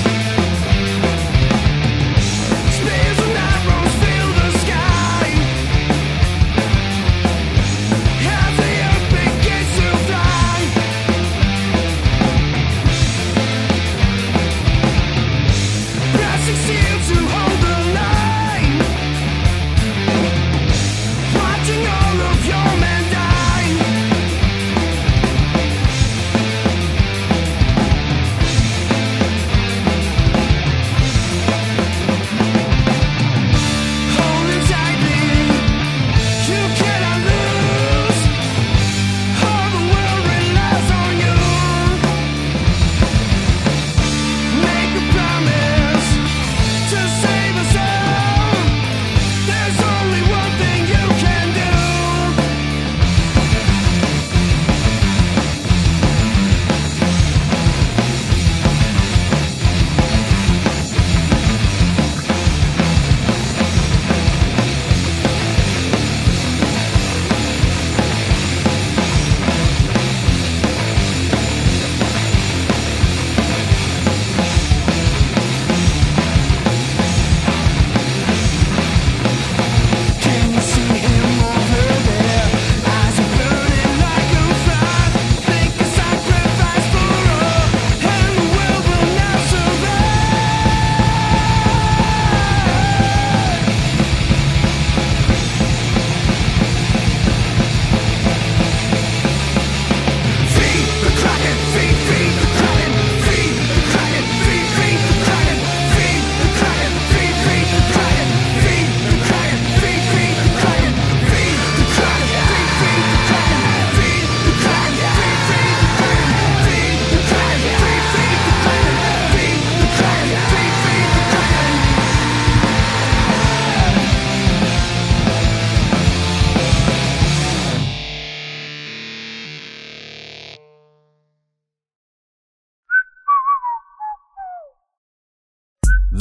S5: Spears and arrows fill the sky as the earth begins to fly. Pressing steel to hold the line. Watching all of your men die. Hold him tightly. You cannot lose. All the world relies on you. Make a promise to save us all. There's only one thing you can do. Can you see him over there? Eyes are burning like a fire. Make a sacrifice for all, and the world will not survive. Feed the Kraken, feed, feed the Kraken, feed the Kraken, feed, feed the Kraken, feed the Kraken, feed, feed the Kraken, feed the Kraken, feed, feed the Kraken, feed the Kraken, feed, feed the Kraken, feed the Kraken, feed, feed the Kraken, feed the Kraken, feed, feed the Kraken, feed the Kraken, feed, feed the Kraken.